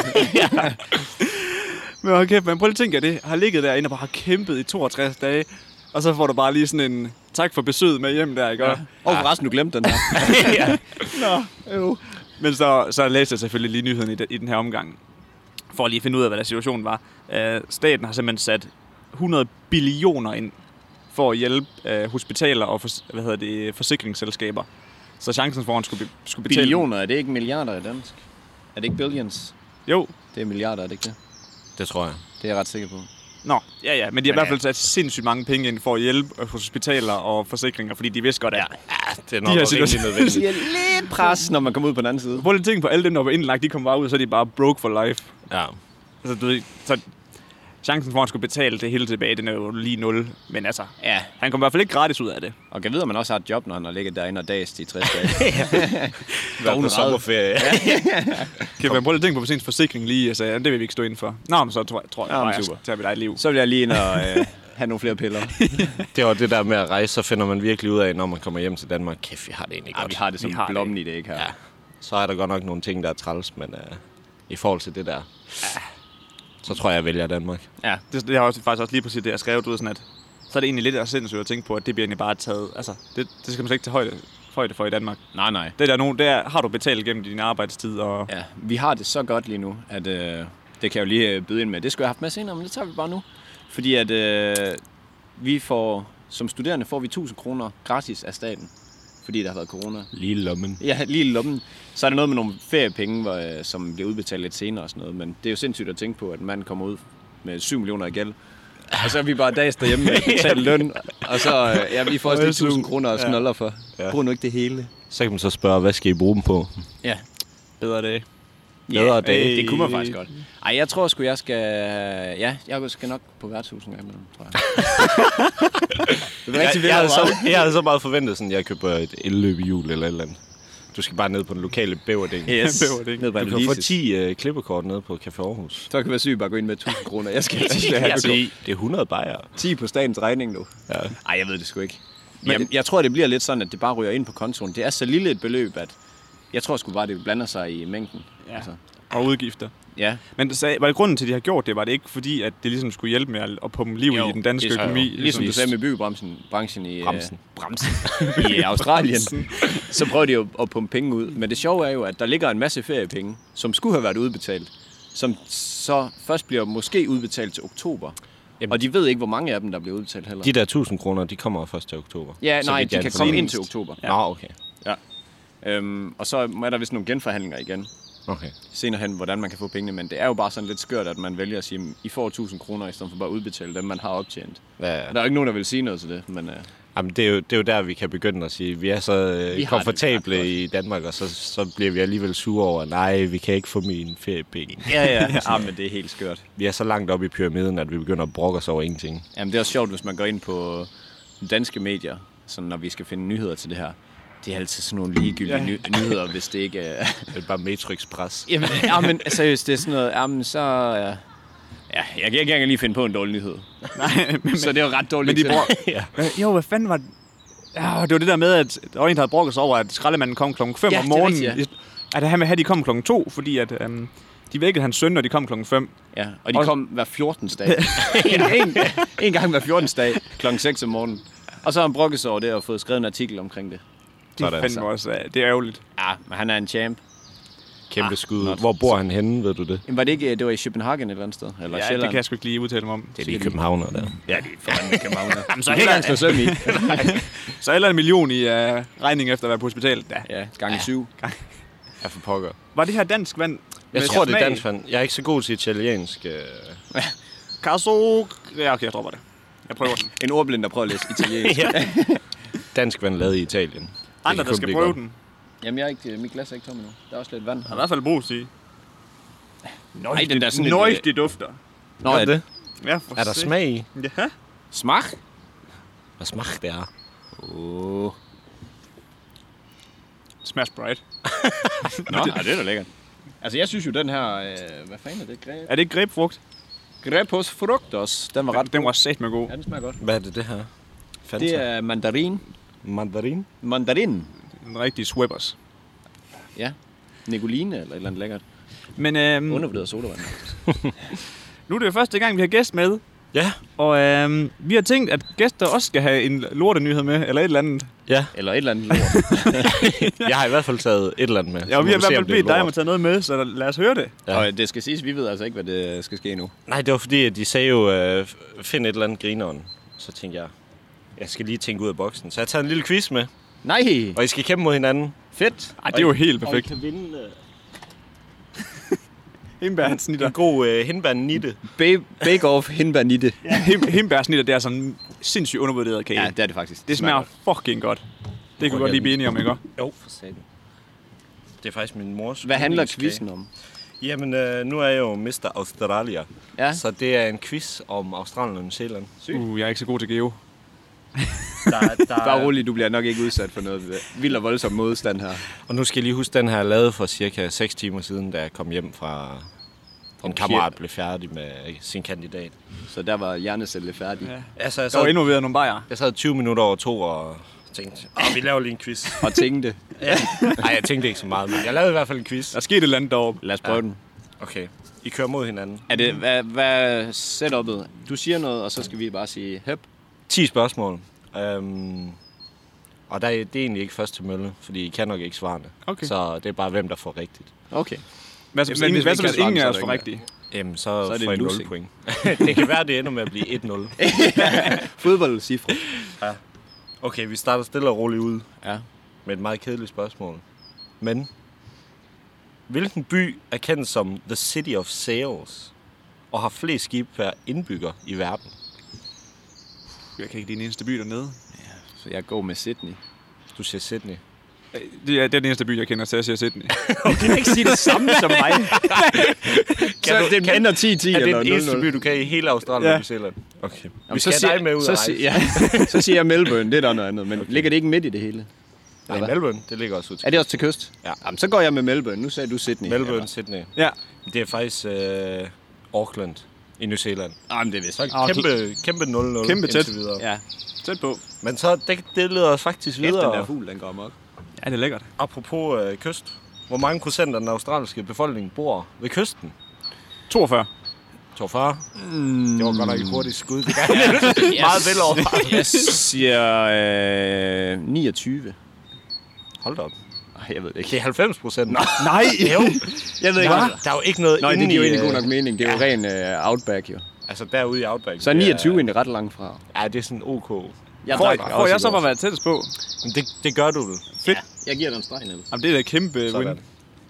[SPEAKER 3] Men hold kæft, man. Prøv lige at tænke af det. Har ligget derinde og bare har kæmpet i 62 dage. Og så får du bare lige sådan en tak for besøget med hjem der, ikke? Ja.
[SPEAKER 2] Og forresten, du glemte [laughs] den her.
[SPEAKER 3] [laughs] Men så, så læste jeg selvfølgelig lige nyheden i, de- i den her omgang. For lige at finde ud af, hvad der situationen var. Øh, staten har simpelthen sat 100 billioner ind for at hjælpe øh, hospitaler og fors- hvad hedder det, forsikringsselskaber. Så chancen for, at han skulle, be- skulle betale...
[SPEAKER 2] Billioner, er det ikke milliarder i dansk? Er det ikke billions?
[SPEAKER 3] Jo.
[SPEAKER 2] Det er milliarder, er det ikke det?
[SPEAKER 4] Det tror jeg.
[SPEAKER 2] Det er jeg ret sikker på.
[SPEAKER 3] Nå, ja ja, men de har i
[SPEAKER 2] Men
[SPEAKER 3] hvert
[SPEAKER 2] ja.
[SPEAKER 3] fald sat sindssygt mange penge ind for at hjælpe øh, hospitaler og forsikringer, fordi de vidste godt, at ja.
[SPEAKER 4] Ja, det er
[SPEAKER 3] De
[SPEAKER 4] nok
[SPEAKER 3] her
[SPEAKER 4] også rimelig
[SPEAKER 3] situationer-
[SPEAKER 2] [laughs]
[SPEAKER 4] nødvendigt.
[SPEAKER 2] Det er lidt pres, når man kommer ud på den anden side.
[SPEAKER 3] Prøv lige at tænke på alle dem, der var indlagt, de kom bare ud, så er de bare broke for life.
[SPEAKER 4] Ja.
[SPEAKER 3] Altså, du ved, så chancen for, at han skulle betale det hele tilbage, den er jo lige 0. Men altså,
[SPEAKER 2] Ja,
[SPEAKER 3] han kom i hvert fald ikke gratis ud af det.
[SPEAKER 2] og kan vide, om man også har et job, når han har ligget derinde og dagst i 60 dage.
[SPEAKER 4] Være på
[SPEAKER 2] Dogenrad.
[SPEAKER 4] sommerferie.
[SPEAKER 3] Kan man prøve at tænke på sin forsikring lige? Altså, jamen, det vil vi ikke stå ind for. Nå, men så tror jeg, tror jeg,
[SPEAKER 2] Ja, men
[SPEAKER 3] bare, jeg
[SPEAKER 2] super.
[SPEAKER 3] tager vi dig et liv.
[SPEAKER 2] Så vil jeg lige ind og øh, have nogle flere [laughs] piller.
[SPEAKER 4] [laughs] Det var det der med at rejse, så finder man virkelig ud af, når man kommer hjem til Danmark, kæft, vi har det egentlig
[SPEAKER 2] Ja,
[SPEAKER 4] godt.
[SPEAKER 2] vi har det som
[SPEAKER 3] Vi har det.
[SPEAKER 2] blommen i det, ikke her?
[SPEAKER 4] Ja. Så er der godt nok nogle ting, der er træls, men uh, i forhold til det der, uh, så tror jeg, jeg vælger Danmark.
[SPEAKER 2] ja.
[SPEAKER 3] Det, det er også, faktisk også lige præcis det, jeg skrev, du ved sådan, at så er det egentlig lidt af sindssygt at tænke på, at det bliver egentlig bare taget. Altså, det, det skal man slet ikke tage højde, højde for i Danmark.
[SPEAKER 2] Nej, nej.
[SPEAKER 3] Det der nogen, der har du betalt gennem din arbejdstid, og
[SPEAKER 2] Ja, vi har det så godt lige nu, at øh, det kan jeg jo lige øh, byde ind med. Det skulle jeg have haft med senere, men det tager vi bare nu. Fordi at øh, vi får, som studerende får vi 1000 kroner gratis af staten, fordi der har været corona.
[SPEAKER 4] Lige lommen.
[SPEAKER 2] Ja, lige i lommen. Så er der noget med nogle feriepenge, hvor, øh, som bliver udbetalt lidt senere og sådan noget. Men det er jo sindssygt at tænke på, at man kommer ud med 7 millioner i gæld. Og så er vi bare dags derhjemme
[SPEAKER 4] [laughs]
[SPEAKER 2] med at betale løn. Og så, øh, ja, vi får også lige 1000 kroner og snoller for.
[SPEAKER 4] Ja.
[SPEAKER 2] Brug nu ikke det hele.
[SPEAKER 4] Så kan man så spørge, hvad skal I bruge dem på?
[SPEAKER 2] Ja,
[SPEAKER 3] bedre dage.
[SPEAKER 4] Bedre dage.
[SPEAKER 2] det, det kunne man faktisk godt. Ej, jeg tror sgu, jeg skal... øh, Ja, jeg skal nok på værtshus en gang imellem, tror jeg. det er
[SPEAKER 4] Jeg,
[SPEAKER 2] rigtig
[SPEAKER 4] jeg, havde
[SPEAKER 2] vildt,
[SPEAKER 4] så, jeg havde så meget forventet, sådan, at jeg køber et elløb i jul eller et eller andet. Du skal bare ned på den lokale bæverding.
[SPEAKER 2] Yes.
[SPEAKER 3] Behøver det ikke.
[SPEAKER 2] Ned på
[SPEAKER 4] Du kan få
[SPEAKER 2] Annelises.
[SPEAKER 4] 10 uh, klippekort nede på Café
[SPEAKER 2] [laughs]
[SPEAKER 4] Aarhus.
[SPEAKER 2] Så kan være syg bare gå ind med 1000 kroner. Jeg skal til at
[SPEAKER 4] Ja,
[SPEAKER 2] have
[SPEAKER 4] det, det er 100 bajer.
[SPEAKER 2] 10 på statens regning nu. Ja. Ej, jeg ved det sgu ikke. Men Jamen, jeg tror, det bliver lidt sådan, at det bare ryger ind på kontoen. Det er så lille et beløb, at jeg tror sgu bare, det blander sig i mængden. Altså,
[SPEAKER 3] Ja. Og udgifter.
[SPEAKER 2] ja.
[SPEAKER 3] Men så, var det grunden til, at de har gjort det? Var det ikke fordi, at det ligesom skulle hjælpe med at, at pumpe liv i den danske
[SPEAKER 2] det er så-
[SPEAKER 3] økonomi?
[SPEAKER 2] Ligesom du sagde med byggebranchen branchen i, øh,
[SPEAKER 4] Bremsen.
[SPEAKER 2] bremsen. i Australien, så prøver de jo at pumpe penge ud. Men det sjove er jo, at der ligger en masse feriepenge, som skulle have været udbetalt, som så først bliver måske udbetalt til oktober. Jamen. Og de ved ikke, hvor mange af dem, der bliver udbetalt heller.
[SPEAKER 4] [laughs] De der 1000 kroner, de kommer først 1. oktober.
[SPEAKER 2] ja,
[SPEAKER 4] Så
[SPEAKER 2] nej,
[SPEAKER 4] vidt
[SPEAKER 2] de
[SPEAKER 4] jeg
[SPEAKER 2] kan
[SPEAKER 4] er
[SPEAKER 2] komme ind
[SPEAKER 4] informeret.
[SPEAKER 2] til oktober.
[SPEAKER 4] Nå, okay.
[SPEAKER 2] Øhm, og så er der vist nogle genforhandlinger igen
[SPEAKER 4] okay.
[SPEAKER 2] senere hen, hvordan man kan få pengene, men det er jo bare sådan lidt skørt, at man vælger at sige, "Jamen, I får 1000 kroner, i stedet for bare at udbetale dem, man har optjent.
[SPEAKER 4] Ja, ja.
[SPEAKER 2] Der er jo ikke nogen, der vil sige noget til det, men øh,
[SPEAKER 4] Jamen, det, er jo, det er jo der, vi kan begynde at sige, vi er så øh,
[SPEAKER 2] Vi
[SPEAKER 4] vi
[SPEAKER 2] har det ret
[SPEAKER 4] komfortable i Danmark, og så, så bliver vi alligevel sure over, nej, vi kan ikke få mine feriepenge.
[SPEAKER 2] ja, ja, [laughs] ja, men det er helt skørt.
[SPEAKER 4] Vi er så langt oppe i pyramiden, at vi begynder at brokke os over ingenting.
[SPEAKER 2] Jamen, det er også sjovt, hvis man går ind på danske medier, sådan, når vi skal finde nyheder til det her. Det er altid sådan nogle ligegyldige ja. ny- nyheder, hvis det ikke er...
[SPEAKER 4] Det er bare Matrix pres.
[SPEAKER 2] [laughs] Jamen, ja, men seriøst, det er sådan noget... Jamen, så... Ja, ja jeg kan ikke engang lige finde på en dårlig [laughs] nyhed.
[SPEAKER 3] Nej, men,
[SPEAKER 2] Så det er jo ret dårligt.
[SPEAKER 3] men de bror... Øh, Jo, hvad fanden var det? Ja, det var det der med, at der var en, der havde brokket sig over, at skraldemanden kom klokken 5
[SPEAKER 2] Ja,
[SPEAKER 3] om
[SPEAKER 2] det er
[SPEAKER 3] morgenen.
[SPEAKER 2] rigtigt,
[SPEAKER 3] At han ville have, at de kom klokken 2, fordi at, øhm, de vækkede hans søn, når de kom klokken 5.
[SPEAKER 2] [laughs] Ja, og de
[SPEAKER 3] Og-
[SPEAKER 2] kom hver 14. [laughs] dag. en, en, en gang hver 14. dag, klokken 6 om morgenen. Og så har han brokket sig over det og fået skrevet en artikel omkring det.
[SPEAKER 3] Det er fandme
[SPEAKER 4] altså.
[SPEAKER 3] også, øh, det er ærgerligt.
[SPEAKER 2] Ja, men han er en champ.
[SPEAKER 4] Kæmpe
[SPEAKER 3] Ah,
[SPEAKER 4] skud. Hvor bor han henne, ved du det?
[SPEAKER 2] Jamen, var det ikke... øh, Det var i Copenhagen et eller andet sted? Eller
[SPEAKER 3] Ja, det
[SPEAKER 2] Sjælland?
[SPEAKER 3] kan jeg sgu ikke lige udtale mig om.
[SPEAKER 4] Det er de københavnere der.
[SPEAKER 2] Ja, det er fandme København. Jamen,
[SPEAKER 3] så
[SPEAKER 2] så heller...
[SPEAKER 3] heller-
[SPEAKER 2] slå [laughs] søm i.
[SPEAKER 3] Så eller en million i øh, regning efter at være på hospitalet. Ja.
[SPEAKER 2] Ja, gange syv.
[SPEAKER 4] Jeg for pokker.
[SPEAKER 3] Var det her dansk vand?
[SPEAKER 4] Jeg
[SPEAKER 3] med
[SPEAKER 4] tror, det er
[SPEAKER 3] smag?
[SPEAKER 4] dansk vand. Jeg er ikke så god til italiensk. øh.
[SPEAKER 3] Caso... Ja, okay, jeg dropper det. Jeg prøver den.
[SPEAKER 2] En ordblind, der prøver at læse italiensk. [laughs] ja.
[SPEAKER 4] Dansk vand lavet i Italien. Det
[SPEAKER 3] Andre,
[SPEAKER 4] kan
[SPEAKER 3] der
[SPEAKER 4] kun
[SPEAKER 3] skal
[SPEAKER 4] blive
[SPEAKER 3] prøve
[SPEAKER 4] godt.
[SPEAKER 3] den.
[SPEAKER 2] Jamen, jeg er ikke, øh, mit glas er ikke tomt endnu. Der er også lidt vand.
[SPEAKER 3] Der er i hvert fald brug i. Nøj,
[SPEAKER 2] den der er sådan øh, en-
[SPEAKER 3] nøj, det dufter.
[SPEAKER 2] Nå,
[SPEAKER 4] Er det?
[SPEAKER 3] Ja, for
[SPEAKER 4] øh, Er der
[SPEAKER 3] sat-
[SPEAKER 4] smag i?
[SPEAKER 3] Ja.
[SPEAKER 2] Smag?
[SPEAKER 4] Hvad smag det er?
[SPEAKER 2] Oh.
[SPEAKER 3] Smash Sprite.
[SPEAKER 2] Nå, ja, det er da lækkert. Altså, jeg synes jo, den her... Øh, hvad fanden er det? Gre-
[SPEAKER 3] Er det ikke grebfrugt?
[SPEAKER 2] Grepos fructos. Den var ret
[SPEAKER 3] Den var sat med god.
[SPEAKER 2] Ja, den smager godt.
[SPEAKER 4] Hvad er det, det her? Fanta?
[SPEAKER 2] Det er mandarin.
[SPEAKER 4] mandarin.
[SPEAKER 2] Mandarin?
[SPEAKER 3] En rigtig sweppers.
[SPEAKER 2] Ja. Nicoline eller et eller andet lækkert.
[SPEAKER 3] Men øhm,
[SPEAKER 2] Undervurderet sodavand.
[SPEAKER 3] nu er det jo første gang, vi har gæst med.
[SPEAKER 4] Ja.
[SPEAKER 3] Og øhm, vi har tænkt, at gæster også skal have en lortenyhed med, eller et eller andet.
[SPEAKER 4] Ja,
[SPEAKER 2] Eller et eller andet [laughs] lort.
[SPEAKER 4] jeg har i hvert fald taget et eller andet med.
[SPEAKER 3] Ja,
[SPEAKER 4] Så
[SPEAKER 3] og vi
[SPEAKER 4] må
[SPEAKER 3] har i hvert
[SPEAKER 4] se,
[SPEAKER 3] fald
[SPEAKER 4] om det er
[SPEAKER 3] bedt dig om at
[SPEAKER 4] lort.
[SPEAKER 3] tage noget med, så lad os høre det.
[SPEAKER 4] Ja.
[SPEAKER 2] Og det skal siges, vi ved altså ikke, hvad det skal ske nu.
[SPEAKER 4] Nej, det var fordi, at de sagde jo, øh, find et eller andet grineren. Så tænkte jeg, jeg skal lige tænke ud af boksen. Så jeg tager en lille quiz med,
[SPEAKER 2] Nej!
[SPEAKER 4] og I skal kæmpe mod hinanden.
[SPEAKER 2] Fedt!
[SPEAKER 3] Ej, det er jo helt
[SPEAKER 4] Og I
[SPEAKER 3] perfekt.
[SPEAKER 4] kan vinde øh,
[SPEAKER 3] Himbærsnitter.
[SPEAKER 4] en god øh, hindbærnitte.
[SPEAKER 2] Ba- Bake Off Hindbær Nitte.
[SPEAKER 3] Him- Himbærsnitter, det er sådan sindssygt undervurderet kage.
[SPEAKER 2] Ja, det er det faktisk.
[SPEAKER 3] det smager fucking godt. Det kunne vi godt lige blive enige om, ikke?
[SPEAKER 4] Jo, for satan. Det er faktisk min mors
[SPEAKER 2] Hvad handler
[SPEAKER 4] yndlingskage.
[SPEAKER 2] quizzen om?
[SPEAKER 4] Jamen, øh, nu er jeg jo Mr. Australia,
[SPEAKER 2] Ja.
[SPEAKER 4] så det er en quiz om Australien og New Zealand.
[SPEAKER 3] Uh, jeg er ikke så god til geo.
[SPEAKER 4] Der, der,
[SPEAKER 2] Bare rolig, du bliver nok ikke udsat for noget øh, vild og voldsom modstand her.
[SPEAKER 4] Og nu skal jeg lige huske, den her lavet for cirka 6 timer siden, da jeg kom hjem fra... En kammerat blev færdig med sin kandidat.
[SPEAKER 2] Så der var hjernecellet færdig. Ja.
[SPEAKER 4] Altså, jeg
[SPEAKER 3] Der var
[SPEAKER 4] sad,
[SPEAKER 3] involveret nogle bajer.
[SPEAKER 4] jeg sad 20 minutter over to og tænkte, Åh, vi laver lige en
[SPEAKER 2] [laughs]
[SPEAKER 4] quiz.
[SPEAKER 2] Og tænkte,
[SPEAKER 4] Nej, jeg tænkte ikke så meget, men jeg lavede i hvert fald en quiz.
[SPEAKER 3] Der skete et eller andet deroppe.
[SPEAKER 2] lad os prøve ja. den.
[SPEAKER 4] Okay, I kører mod hinanden.
[SPEAKER 2] Er det, hvad, hvad er setupet? Du siger noget, og så skal vi bare sige hep.
[SPEAKER 4] 10 spørgsmål. Øhm, og der, er- det er egentlig ikke først til mølle, fordi I kan nok ikke svarene.
[SPEAKER 3] Okay.
[SPEAKER 4] Så det er bare, hvem der får rigtigt.
[SPEAKER 2] Okay.
[SPEAKER 3] Hvad så hvis,
[SPEAKER 2] Jamen,
[SPEAKER 3] ingen,
[SPEAKER 2] hvis
[SPEAKER 3] hvad
[SPEAKER 2] vi
[SPEAKER 3] så,
[SPEAKER 2] kan
[SPEAKER 3] hvis ingen
[SPEAKER 2] svare,
[SPEAKER 3] af os
[SPEAKER 2] så er
[SPEAKER 3] får
[SPEAKER 2] der
[SPEAKER 3] rigtigt?
[SPEAKER 4] Jamen, så,
[SPEAKER 2] Så
[SPEAKER 4] så
[SPEAKER 2] er det
[SPEAKER 4] får I
[SPEAKER 2] en
[SPEAKER 4] 0
[SPEAKER 2] losing.
[SPEAKER 4] point. [laughs] det kan være, det ender med at blive 1-0.
[SPEAKER 2] Fodboldcifre.
[SPEAKER 4] [laughs] Okay, vi starter stille og roligt ud
[SPEAKER 2] Ja.
[SPEAKER 4] med et meget kedeligt spørgsmål. Men, hvilken by er kendt som The City of Sales og har flest skibe per indbygger i verden?
[SPEAKER 3] Jeg kan ikke lide den eneste by dernede.
[SPEAKER 2] Så jeg går med Sydney.
[SPEAKER 4] Du siger [laughs] Sydney.
[SPEAKER 3] Øh, Det er, det er den eneste by, jeg kender, så jeg siger Sydney.
[SPEAKER 2] Du kan ikke sige det samme som mig. [laughs] så
[SPEAKER 4] du-
[SPEAKER 2] det
[SPEAKER 4] kan-
[SPEAKER 2] ender 10-10
[SPEAKER 4] Er det
[SPEAKER 2] eller 0-0.
[SPEAKER 4] den eneste by, du kan i hele Australien
[SPEAKER 3] Ja.
[SPEAKER 4] og New Zealand? Okay. Vi
[SPEAKER 2] Jamen,
[SPEAKER 4] skal
[SPEAKER 2] siger-
[SPEAKER 4] have dig med ud
[SPEAKER 2] så,
[SPEAKER 4] og
[SPEAKER 2] sig, [laughs]
[SPEAKER 4] rejse.
[SPEAKER 2] ja, så siger jeg Melbourne, det er der noget andet. Men okay. ligger det ikke midt i det hele?
[SPEAKER 4] Nej,
[SPEAKER 2] Eller hvad?
[SPEAKER 4] Melbourne, det ligger også ud til
[SPEAKER 2] Er det også til kyst?
[SPEAKER 4] Ja.
[SPEAKER 2] Jamen, så går jeg med Melbourne. Nu sagde du Sydney.
[SPEAKER 4] Melbourne, Sydney.
[SPEAKER 3] ja.
[SPEAKER 4] Det er faktisk øh, Auckland i New Zealand.
[SPEAKER 2] Eller- Jamen, det er vist.
[SPEAKER 4] Så kæmpe, kæmpe 0-0
[SPEAKER 3] Kæmpe
[SPEAKER 4] indtil
[SPEAKER 3] tæt.
[SPEAKER 4] videre.
[SPEAKER 2] Ja,
[SPEAKER 3] Tæt på.
[SPEAKER 4] Men så, det, det leder os faktisk
[SPEAKER 2] Kæft, den
[SPEAKER 4] videre.
[SPEAKER 2] der fugl, den går amok.
[SPEAKER 3] Ja, det er lækkert.
[SPEAKER 4] Apropos øh, kyst. Hvor mange procent af den australske befolkning bor ved kysten?
[SPEAKER 3] 42.
[SPEAKER 4] 42. Mm. Det var godt nok et hurtigt
[SPEAKER 2] [laughs]
[SPEAKER 4] skud. Det er yes. meget vel overvejet.
[SPEAKER 2] Jeg siger øh, 29.
[SPEAKER 4] Hold da op.
[SPEAKER 2] Ej, jeg ved det ikke.
[SPEAKER 4] Det er 90 procent. [laughs] Nej,
[SPEAKER 2] Nej,
[SPEAKER 4] jo.
[SPEAKER 2] jeg ved ikke.
[SPEAKER 4] Der, der er jo ikke noget
[SPEAKER 2] Nå, det
[SPEAKER 4] inde
[SPEAKER 2] giver jo egentlig
[SPEAKER 4] øh,
[SPEAKER 2] god nok mening. Det er jo ren øh, outback, jo.
[SPEAKER 4] Altså derude i Outback.
[SPEAKER 2] Så er 29 egentlig ret langt fra.
[SPEAKER 4] Ja, det er sådan OK.
[SPEAKER 2] Jeg,
[SPEAKER 3] Får,
[SPEAKER 2] drak
[SPEAKER 3] får
[SPEAKER 2] også
[SPEAKER 3] jeg
[SPEAKER 2] i
[SPEAKER 3] så
[SPEAKER 2] går.
[SPEAKER 3] bare været tættest på?
[SPEAKER 4] Men det, det gør du vel.
[SPEAKER 2] Jeg giver dig en streg, Niels.
[SPEAKER 3] Jamen, det er da et kæmpe win.
[SPEAKER 4] Sådan.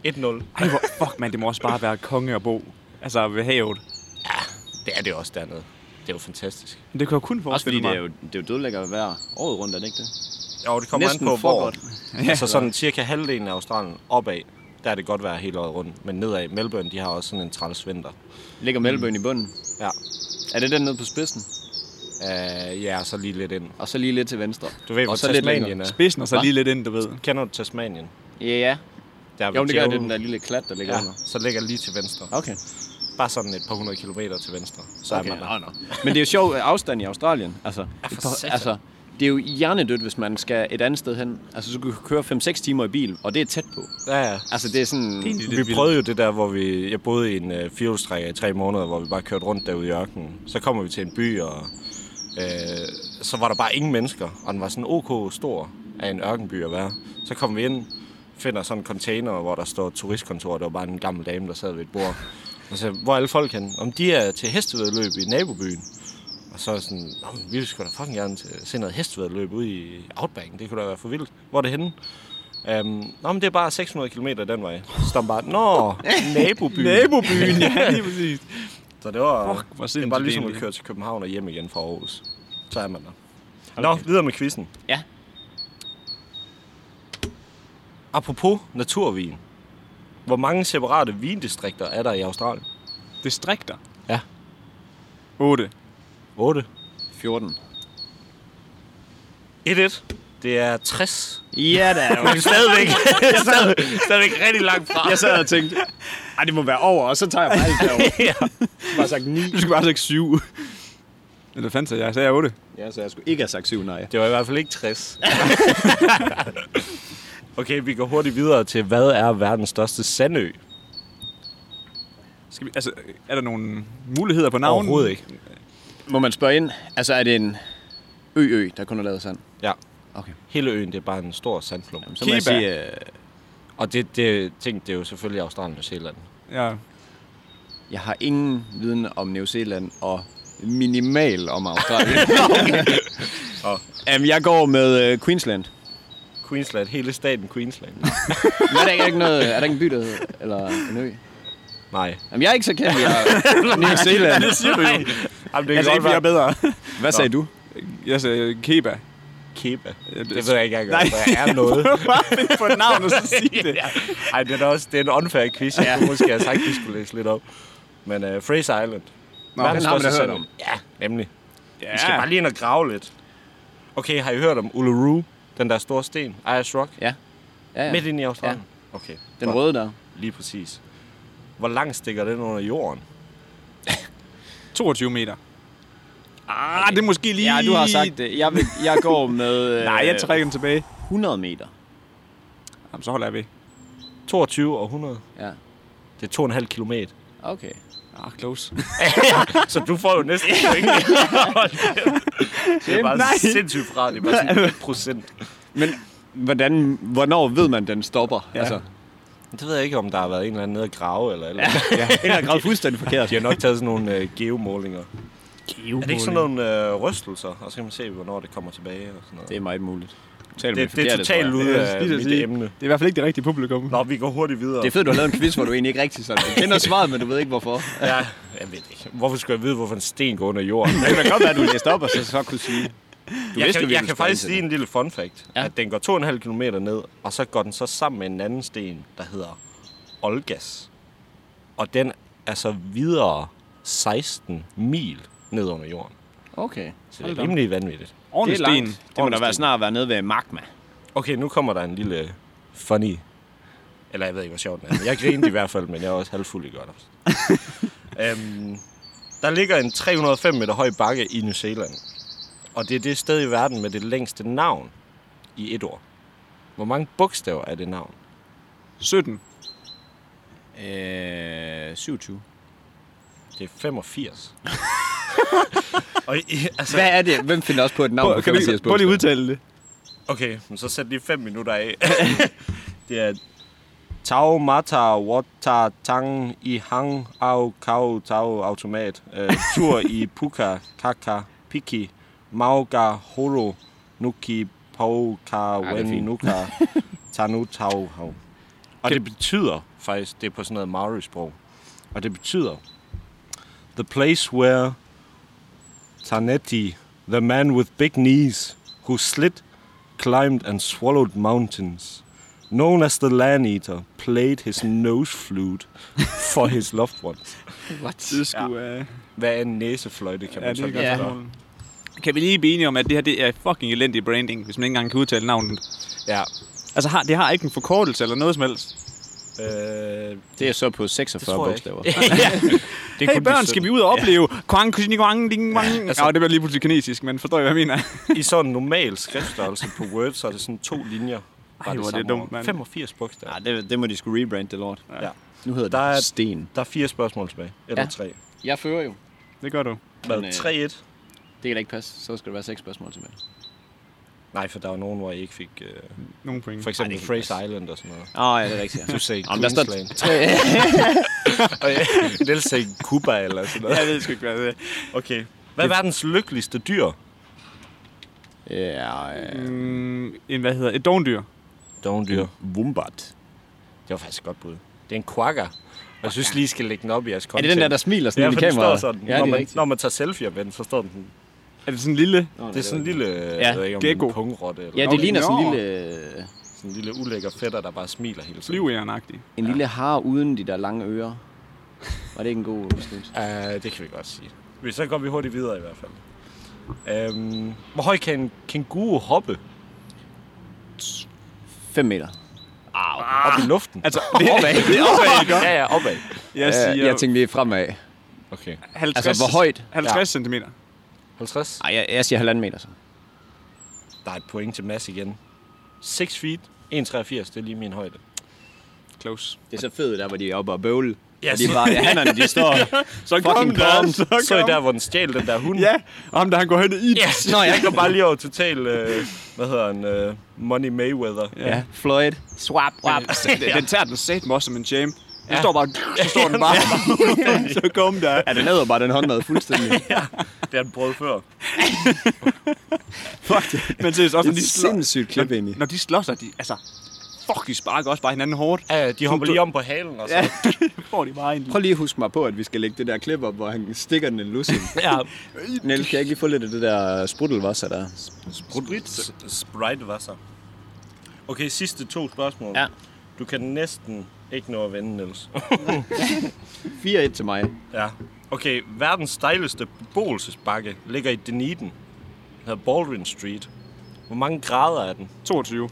[SPEAKER 4] 1-0.
[SPEAKER 3] Ej, hvor, fuck, man, det må også bare være konge og bo. Altså ved havet.
[SPEAKER 4] Det er det også dernede. Det er jo fantastisk.
[SPEAKER 3] Men det kan jeg kun
[SPEAKER 2] Også fordi
[SPEAKER 3] forestille
[SPEAKER 2] det
[SPEAKER 3] mig.
[SPEAKER 2] er jo, det er jo dødlækkert hver året rundt, er det ikke det?
[SPEAKER 4] Jo, det kommer
[SPEAKER 2] Næsten
[SPEAKER 4] an på,
[SPEAKER 2] for
[SPEAKER 4] hvor. [laughs]
[SPEAKER 2] godt.
[SPEAKER 4] Altså sådan cirka halvdelen af Australien opad, der er det godt vejr hele året rundt. Men nedad, Melbourne, de har også sådan en træls vinter.
[SPEAKER 2] Ligger Melbourne i bunden.
[SPEAKER 4] Ja.
[SPEAKER 2] Er det den nede på spidsen?
[SPEAKER 4] Uh, ja, og så lige lidt ind.
[SPEAKER 2] Og så lige lidt til venstre.
[SPEAKER 4] Du ved, hvor
[SPEAKER 2] og så lidt
[SPEAKER 4] Tasmanien
[SPEAKER 2] længere.
[SPEAKER 4] er.
[SPEAKER 3] Spidsen og så
[SPEAKER 2] Hva?
[SPEAKER 3] lige lidt ind, du ved.
[SPEAKER 4] Kender du Tasmanien?
[SPEAKER 2] Ja, ja.
[SPEAKER 4] Der
[SPEAKER 2] Jo, men det gør det, den der lille klat, der ligger
[SPEAKER 4] Ja,
[SPEAKER 2] ja. under.
[SPEAKER 4] så ligger det lige til venstre.
[SPEAKER 2] Okay.
[SPEAKER 4] Bare sådan et par hundrede kilometer til venstre. Så
[SPEAKER 2] Okay,
[SPEAKER 4] er man
[SPEAKER 2] nå,
[SPEAKER 4] der.
[SPEAKER 2] nå. Men det er jo sjov øh, afstand i Australien. Altså,
[SPEAKER 4] for
[SPEAKER 2] et par-
[SPEAKER 4] satan.
[SPEAKER 2] altså, det er jo hjernedødt, hvis man skal et andet sted hen. Altså, så kan du køre 5-6 timer i bil, og det er tæt på.
[SPEAKER 4] Ja, ja.
[SPEAKER 2] Altså, det er sådan...
[SPEAKER 3] egentlig lidt
[SPEAKER 4] Vi prøvede jo det der, hvor vi, jeg boede i en øh, firehjulstrækker i tre måneder, hvor vi bare kørte rundt derude i ørkenen. Så kommer vi til en by, og øh, så var der bare ingen mennesker, og den var sådan ok stor af en ørkenby at være. Så kom vi ind, finder sådan en container, hvor der står turistkontor, det var bare en gammel dame, der sad ved et bord. Og så, hvor er alle folk henne? Om de er til hestevedløb i nabobyen. Og så er jeg sådan, "Nå, men vi vil sgu da fucking gerne til- se noget hestevedløb ude i Outbacken. Det kunne da være for vildt. Hvor er det henne? Øhm, nå, men det er bare 600 km den vej. Så der bare,
[SPEAKER 3] [laughs]
[SPEAKER 4] nå, nabobyen.
[SPEAKER 3] Nabobyen, ja,
[SPEAKER 4] [laughs]
[SPEAKER 3] lige præcis.
[SPEAKER 4] Så det var,
[SPEAKER 3] Fuck, hvor
[SPEAKER 4] det er
[SPEAKER 3] sindssygt
[SPEAKER 4] bare ligesom at
[SPEAKER 3] egentlig.
[SPEAKER 4] køre til København og hjem igen fra Aarhus. Så er man der. Nå, videre med quizzen.
[SPEAKER 2] Ja.
[SPEAKER 4] Apropos naturvin. Hvor mange separate vindistrikter er der i Australien?
[SPEAKER 3] Distrikter.
[SPEAKER 4] Ja.
[SPEAKER 3] 8.
[SPEAKER 4] 8.
[SPEAKER 2] 14.
[SPEAKER 4] 1-1. Det er 60.
[SPEAKER 2] Ja, det er jo.
[SPEAKER 4] Men [laughs] stadigvæk, stadig, stadigvæk rigtig langt fra.
[SPEAKER 2] Jeg sad og tænkte, Ej, det må være over, og så tager jeg faktisk derovre.
[SPEAKER 4] Ja.
[SPEAKER 2] Bare sagt 9.
[SPEAKER 3] Du skal bare sige 7. Eller fandt jeg, jeg sagde 8.
[SPEAKER 2] Ja, så jeg skulle [laughs] ikke have sagt 7, nej.
[SPEAKER 4] Det var i hvert fald ikke 60. [laughs] okay, vi går hurtigt videre til, hvad er verdens største sandø?
[SPEAKER 3] Skal vi, altså, er der nogle muligheder på navnet?
[SPEAKER 4] Overhovedet ikke.
[SPEAKER 2] Må man spørge ind? Altså, er det en ø-ø, der kun er lavet sand?
[SPEAKER 4] Ja.
[SPEAKER 2] Okay.
[SPEAKER 4] Hele øen, det er bare en stor sandklump.
[SPEAKER 2] Så må jeg
[SPEAKER 3] Kiba.
[SPEAKER 2] sige, øh,
[SPEAKER 4] Og det, det, tænk, det er jo selvfølgelig Australien og Sjælland.
[SPEAKER 3] Ja.
[SPEAKER 2] jeg har ingen viden om New Zealand og minimal om [laughs] Australien.
[SPEAKER 4] Og
[SPEAKER 2] Jamen, jeg går med øh, Queensland.
[SPEAKER 4] Queensland, hele staten Queensland.
[SPEAKER 2] Men er der ikke noget, er der ikke en by, der hedder, eller en ø?
[SPEAKER 4] [laughs] Nej.
[SPEAKER 2] Jamen, jeg er ikke så kendt, jeg er New Zealand.
[SPEAKER 4] siger du jo. Jamen, det kan
[SPEAKER 3] Altså,
[SPEAKER 4] godt
[SPEAKER 3] ikke, vi er
[SPEAKER 4] være.
[SPEAKER 3] bedre.
[SPEAKER 2] Hvad sagde du?
[SPEAKER 3] Jeg sagde Keba.
[SPEAKER 4] Keba.
[SPEAKER 3] det-
[SPEAKER 4] Det, det ved jeg ikke, jeg gør.
[SPEAKER 3] Nej.
[SPEAKER 4] Der er
[SPEAKER 3] [laughs]
[SPEAKER 4] [laughs] noget.
[SPEAKER 3] Få et navn og så sige det.
[SPEAKER 4] ja. Ej, det er da også det er en unfair quiz. Jeg kunne måske have sagt, at de skulle læse lidt op. Men uh, Fraser Island. Nå,
[SPEAKER 2] den har man da hørt om.
[SPEAKER 4] Ja, nemlig.
[SPEAKER 3] Ja.
[SPEAKER 4] Vi skal bare lige ind og grave lidt. Okay, har I hørt om Uluru? Den der store sten, Ayers Rock?
[SPEAKER 2] Ja, ja.
[SPEAKER 4] Midt inde i Australien? Ja. Okay,
[SPEAKER 2] Den røde der.
[SPEAKER 4] lige præcis. Hvor langt stikker den under jorden?
[SPEAKER 3] 22 meter. Ah, det er måske lige...
[SPEAKER 2] Ja, du har sagt det. Jeg, vil, jeg går med [laughs] øh,
[SPEAKER 3] Nej, jeg trækker den tilbage.
[SPEAKER 2] 100 meter.
[SPEAKER 3] Jamen, så holder jeg ved.
[SPEAKER 4] 22 og 100.
[SPEAKER 2] Ja.
[SPEAKER 4] Det er 2,5
[SPEAKER 2] [laughs]
[SPEAKER 4] kilometer.
[SPEAKER 2] Okay.
[SPEAKER 3] Ah, close. [laughs]
[SPEAKER 4] Så du får jo næsten point.
[SPEAKER 2] [laughs]
[SPEAKER 4] det er bare
[SPEAKER 3] Nej.
[SPEAKER 4] sindssygt fra. Det er bare sådan 1 procent.
[SPEAKER 2] Men hvordan, hvornår ved man, den stopper? Ja. Altså,
[SPEAKER 4] Det ved jeg ikke, om der har været en eller anden nede at grave. Eller, eller. Ja.
[SPEAKER 2] eller har gravet fuldstændig forkert.
[SPEAKER 4] De har nok taget sådan nogle øh, geomålinger. Er det ikke sådan nogle øh, rystelser? Og så kan man se, hvornår det kommer tilbage. Og sådan noget.
[SPEAKER 2] Det er meget muligt. Taler man
[SPEAKER 4] det, det er
[SPEAKER 2] forkert, tror
[SPEAKER 4] totalt
[SPEAKER 2] jeg.
[SPEAKER 4] ude
[SPEAKER 3] Jeg skulle
[SPEAKER 4] af
[SPEAKER 3] lige
[SPEAKER 4] mit
[SPEAKER 3] sige.
[SPEAKER 4] emne.
[SPEAKER 3] Det er i hvert fald ikke det rigtige publikum.
[SPEAKER 4] Nå, vi går hurtigt videre.
[SPEAKER 2] Det er fedt, du har lavet en quiz, hvor du egentlig ikke rigtig sådan. Du kender svaret, men du ved ikke hvorfor.
[SPEAKER 4] ja, jeg ved ikke. Hvorfor skulle jeg vide, hvorfor en sten går under jorden?
[SPEAKER 2] [laughs] Det kan godt være, at du læste op, og så, så kunne sige... Du
[SPEAKER 4] jeg
[SPEAKER 2] vidste,
[SPEAKER 4] kan,
[SPEAKER 2] vi
[SPEAKER 4] jeg
[SPEAKER 2] ville
[SPEAKER 4] kan
[SPEAKER 2] spørge
[SPEAKER 4] faktisk
[SPEAKER 2] ind til
[SPEAKER 4] sige en lille fun fact.
[SPEAKER 2] Ja.
[SPEAKER 4] Ja. At den går 2,5 km ned, og så går den så sammen med en anden sten, der hedder Olgas. Og den er så videre 16 mil ned under jorden.
[SPEAKER 2] det. Okay.
[SPEAKER 4] Så det er rimelig vanvittigt.
[SPEAKER 3] Ordentlig
[SPEAKER 2] Det er
[SPEAKER 3] sten.
[SPEAKER 2] langt. Det må da være snart at være nede ved magma.
[SPEAKER 4] Okay, nu kommer der en lille funny... Eller jeg ved ikke, hvor sjov den er. Jeg grinede i hvert fald, men jeg er også halvfuld i godt. øhm, der ligger en 305 meter høj bakke i New Zealand. Og det er det sted i verden med det længste navn i et ord. Hvor mange bogstaver er det navn?
[SPEAKER 3] 17.
[SPEAKER 2] Øh, 27.
[SPEAKER 4] Det er 85. og i, altså,
[SPEAKER 2] Hvad er det? Hvem finder også på et navn på
[SPEAKER 3] Prøv, kan du
[SPEAKER 2] 85
[SPEAKER 3] ikke- prøv lige at udtale det.
[SPEAKER 4] okay, men så sæt lige 5 minutter af. [laughs] det er Tau Mata Wata Tang I Hang Au Kau Tau Automat øh, Tur i Puka Kaka Piki Mauga Horo Nuki Pau Ka
[SPEAKER 2] det er
[SPEAKER 4] Wen
[SPEAKER 2] fint. [laughs]
[SPEAKER 4] Nuka Tanu Tau Hau. Og det betyder faktisk, det er på sådan noget Maori-sprog, og det betyder The place where Tanetti, the man with big knees, who slid, climbed and swallowed mountains, known as the land eater, played his nose flute for his loved ones.
[SPEAKER 2] What?
[SPEAKER 3] Det øh, skulle... Ja.
[SPEAKER 4] Hvad er en næsefløjte, kan man
[SPEAKER 3] Ja, det er
[SPEAKER 4] så
[SPEAKER 3] et
[SPEAKER 4] godt
[SPEAKER 3] godt
[SPEAKER 2] Ja.
[SPEAKER 4] spørge?
[SPEAKER 3] spørgsmål. Kan vi lige blive enige om, at det her det er fucking elendig branding, hvis man ikke engang kan udtale navnet?
[SPEAKER 4] Ja.
[SPEAKER 3] Altså, har, det har ikke en forkortelse eller noget som helst.
[SPEAKER 4] Øh,
[SPEAKER 2] Det er så på
[SPEAKER 4] Det
[SPEAKER 2] 46
[SPEAKER 4] tror jeg
[SPEAKER 2] bogstaver.
[SPEAKER 4] det
[SPEAKER 3] Hey børn, skal vi ud og opleve? Kwang, kusin, kwang, ding, kwang.
[SPEAKER 4] altså-
[SPEAKER 3] Altså, det var lige pludselig kinesisk, men forstår I, hvad jeg mener?
[SPEAKER 4] I sådan en normal skriftstørrelse på Word, så er det sådan to linjer. Bare
[SPEAKER 3] hvor er det
[SPEAKER 4] samme
[SPEAKER 3] dumt,
[SPEAKER 4] ord.
[SPEAKER 3] mand.
[SPEAKER 4] 85 bogstaver.
[SPEAKER 2] Nej, Ah, det, det må de skulle rebrande det lort.
[SPEAKER 4] Ja.
[SPEAKER 2] Nu hedder det
[SPEAKER 4] Der er-
[SPEAKER 2] Sten.
[SPEAKER 4] Der er fire spørgsmål tilbage. Eller
[SPEAKER 2] Ja.
[SPEAKER 4] ja. tre.
[SPEAKER 2] Jeg fører jo.
[SPEAKER 3] Det gør du.
[SPEAKER 4] Hvad?
[SPEAKER 2] Men, øh,
[SPEAKER 4] 3-1?
[SPEAKER 2] Det kan da ikke passe. Så skal der være seks spørgsmål tilbage.
[SPEAKER 4] Nej, for der var nogen, hvor jeg ikke fik... Øh,
[SPEAKER 3] Nogle point.
[SPEAKER 4] for eksempel
[SPEAKER 2] Ej, det kan ikke
[SPEAKER 4] Fraser Island og sådan noget.
[SPEAKER 2] Åh, oh, ja, det er rigtigt.
[SPEAKER 4] Du sagde
[SPEAKER 2] Jamen, der står
[SPEAKER 4] Queensland.
[SPEAKER 2] [laughs] tre...
[SPEAKER 4] Og [laughs] jeg- Niels sagde Cuba eller sådan noget.
[SPEAKER 3] Jeg ved sgu ikke, hvad det er.
[SPEAKER 4] Okay. Hvad er verdens lykkeligste dyr?
[SPEAKER 2] ja, øh,
[SPEAKER 3] Mm, en, hvad hedder Et dogndyr.
[SPEAKER 4] Dogendyr.
[SPEAKER 2] Wombat.
[SPEAKER 4] Det var faktisk et godt bud. Det er en quagga. Og jeg synes lige, I skal lægge den op i jeres
[SPEAKER 2] Er
[SPEAKER 4] content.
[SPEAKER 2] det den der, der smiler sådan
[SPEAKER 4] Ja,
[SPEAKER 2] ind i
[SPEAKER 4] for den står
[SPEAKER 2] kameraet?
[SPEAKER 4] sådan.
[SPEAKER 2] Ja,
[SPEAKER 4] når,
[SPEAKER 2] det er
[SPEAKER 4] man,
[SPEAKER 2] rigtigt.
[SPEAKER 4] når man tager selfie af den, så står den sådan.
[SPEAKER 3] Er det sådan en lille...
[SPEAKER 4] Det er sådan en lille, ja, jeg ved ikke, om
[SPEAKER 3] gecko.
[SPEAKER 4] det er en pungrotte, eller
[SPEAKER 2] Ja,
[SPEAKER 3] Nå,
[SPEAKER 2] det
[SPEAKER 3] det
[SPEAKER 2] ligner sådan en
[SPEAKER 3] når.
[SPEAKER 2] lille, øh,
[SPEAKER 4] sådan en lille ulækker fætter, der bare smiler hele tiden.
[SPEAKER 3] Flyvejern-agtig.
[SPEAKER 2] en lille har uden de der lange ører. Var det ikke en god øh, beskrivelse?
[SPEAKER 4] Uh, det kan vi godt sige. Men så går vi hurtigt videre i hvert fald. Øhm, hvor høj kan en kænguru hoppe
[SPEAKER 2] 5 [laughs] meter. Ah.
[SPEAKER 4] op i luften?
[SPEAKER 3] Altså, det er opad. det er opad, ikke?
[SPEAKER 4] ja, ja, opad.
[SPEAKER 3] Jeg siger
[SPEAKER 2] Ja, jeg tænkte lige fremad.
[SPEAKER 4] Okay.
[SPEAKER 3] 50,
[SPEAKER 2] Altså, hvor højt?
[SPEAKER 3] 50 ja. cm.
[SPEAKER 4] 50?
[SPEAKER 2] Nej, jeg, jeg siger halvanden meter så.
[SPEAKER 4] Der er et point til Mads igen. 6 feet, 1,83, det er lige min højde.
[SPEAKER 3] Close.
[SPEAKER 2] Det er så fedt, der hvor de er oppe og bøvle.
[SPEAKER 4] Ja,
[SPEAKER 2] og de er bare, ja, hænderne, de står
[SPEAKER 3] Så
[SPEAKER 2] fucking palm.
[SPEAKER 4] Så, så er I der, hvor den stjal den der hund.
[SPEAKER 3] Ja, og ham der han går hen i.
[SPEAKER 4] Ja, Nå, jeg går bare lige over total, øh, hvad hedder han, øh, Money Mayweather.
[SPEAKER 2] Ja, Floyd. Swap, swap.
[SPEAKER 3] altså, Den, den tager den satme også som en champ. Den står bare, så står den bare. [laughs] så kom der.
[SPEAKER 2] Ja, den æder bare den håndmad fuldstændig.
[SPEAKER 4] Det har den prøvet før.
[SPEAKER 3] Fuck det. Men seriøst, også når
[SPEAKER 2] Det er
[SPEAKER 3] de
[SPEAKER 2] et
[SPEAKER 3] slår,
[SPEAKER 2] sindssygt klip, egentlig.
[SPEAKER 3] når de slår sig, de, altså, fuck, de sparker også bare hinanden hårdt.
[SPEAKER 4] Ja, de hopper lige om på halen og så. Ja.
[SPEAKER 3] Får de bare en
[SPEAKER 2] Prøv lige at huske mig på, at vi skal lægge det der klip op, hvor han stikker den i lussing.
[SPEAKER 3] [laughs]
[SPEAKER 4] ja.
[SPEAKER 2] Niels, kan jeg ikke lige få lidt af det der spruddelvasser der?
[SPEAKER 4] Sprut, sprite var så. Okay, sidste to spørgsmål.
[SPEAKER 2] Ja.
[SPEAKER 4] Du kan næsten ikke nå at vende, Niels.
[SPEAKER 2] 4-1 til mig.
[SPEAKER 4] Ja. Okay, verdens stejleste beboelsesbakke ligger i Dunedin. Den hedder Baldwin Street. Hvor mange grader er den?
[SPEAKER 3] 22.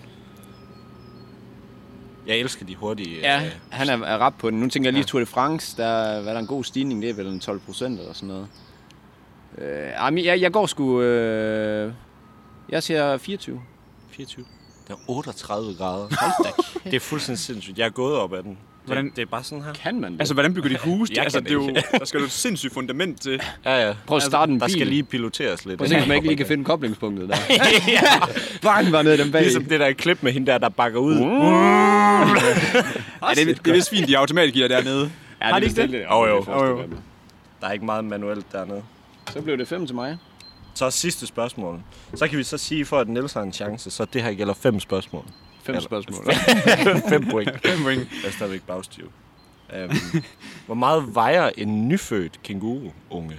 [SPEAKER 4] Jeg elsker de hurtige.
[SPEAKER 2] Ja,
[SPEAKER 4] øh,
[SPEAKER 2] han er, er rap på den. Nu tænker jeg lige Tour de France, der er, hvad er der en god stigning, det er vel en 12 procent eller sådan noget. Øh, ej, men jeg, jeg går sgu... Øh, jeg siger 24.
[SPEAKER 4] 24. Den er 38 grader. Hold da. kæft. det er fuldstændig sindssygt. Jeg er gået op ad den.
[SPEAKER 3] Hvordan-
[SPEAKER 4] Det, det er bare sådan her.
[SPEAKER 2] Kan man det?
[SPEAKER 3] Altså,
[SPEAKER 2] Altså,
[SPEAKER 3] hvordan bygger de hus? Det,
[SPEAKER 4] Jeg
[SPEAKER 3] altså,
[SPEAKER 4] kan
[SPEAKER 3] det er jo, der skal jo et sindssygt fundament til.
[SPEAKER 4] Ja, ja.
[SPEAKER 2] Prøv at starte en
[SPEAKER 4] Altså, Der
[SPEAKER 2] bil.
[SPEAKER 4] skal lige piloteres lidt.
[SPEAKER 2] Prøv at se, om man ikke lige kan finde koblingspunktet der. Bang, var ned dem bag.
[SPEAKER 4] Ligesom det der klip med hende der, der bakker ud. Mm.
[SPEAKER 3] Ja, det, det er vist fint, de automatgear dernede.
[SPEAKER 2] Ja,
[SPEAKER 3] de ikke
[SPEAKER 2] bestemt
[SPEAKER 3] det?
[SPEAKER 2] lidt-
[SPEAKER 4] Jo, jo.
[SPEAKER 2] det forestiller jeg mig.
[SPEAKER 4] Der er ikke meget manuelt dernede.
[SPEAKER 2] Så blev det 5 til mig.
[SPEAKER 4] Så sidste spørgsmål. Så kan vi så sige, for at Niels har en chance, så det her gælder fem spørgsmål.
[SPEAKER 2] 5 spørgsmål.
[SPEAKER 4] fem point.
[SPEAKER 2] [laughs]
[SPEAKER 3] Fem point.
[SPEAKER 4] Jeg er stadigvæk bagstiv. Øhm, hvor meget vejer en nyfødt kænguru-unge?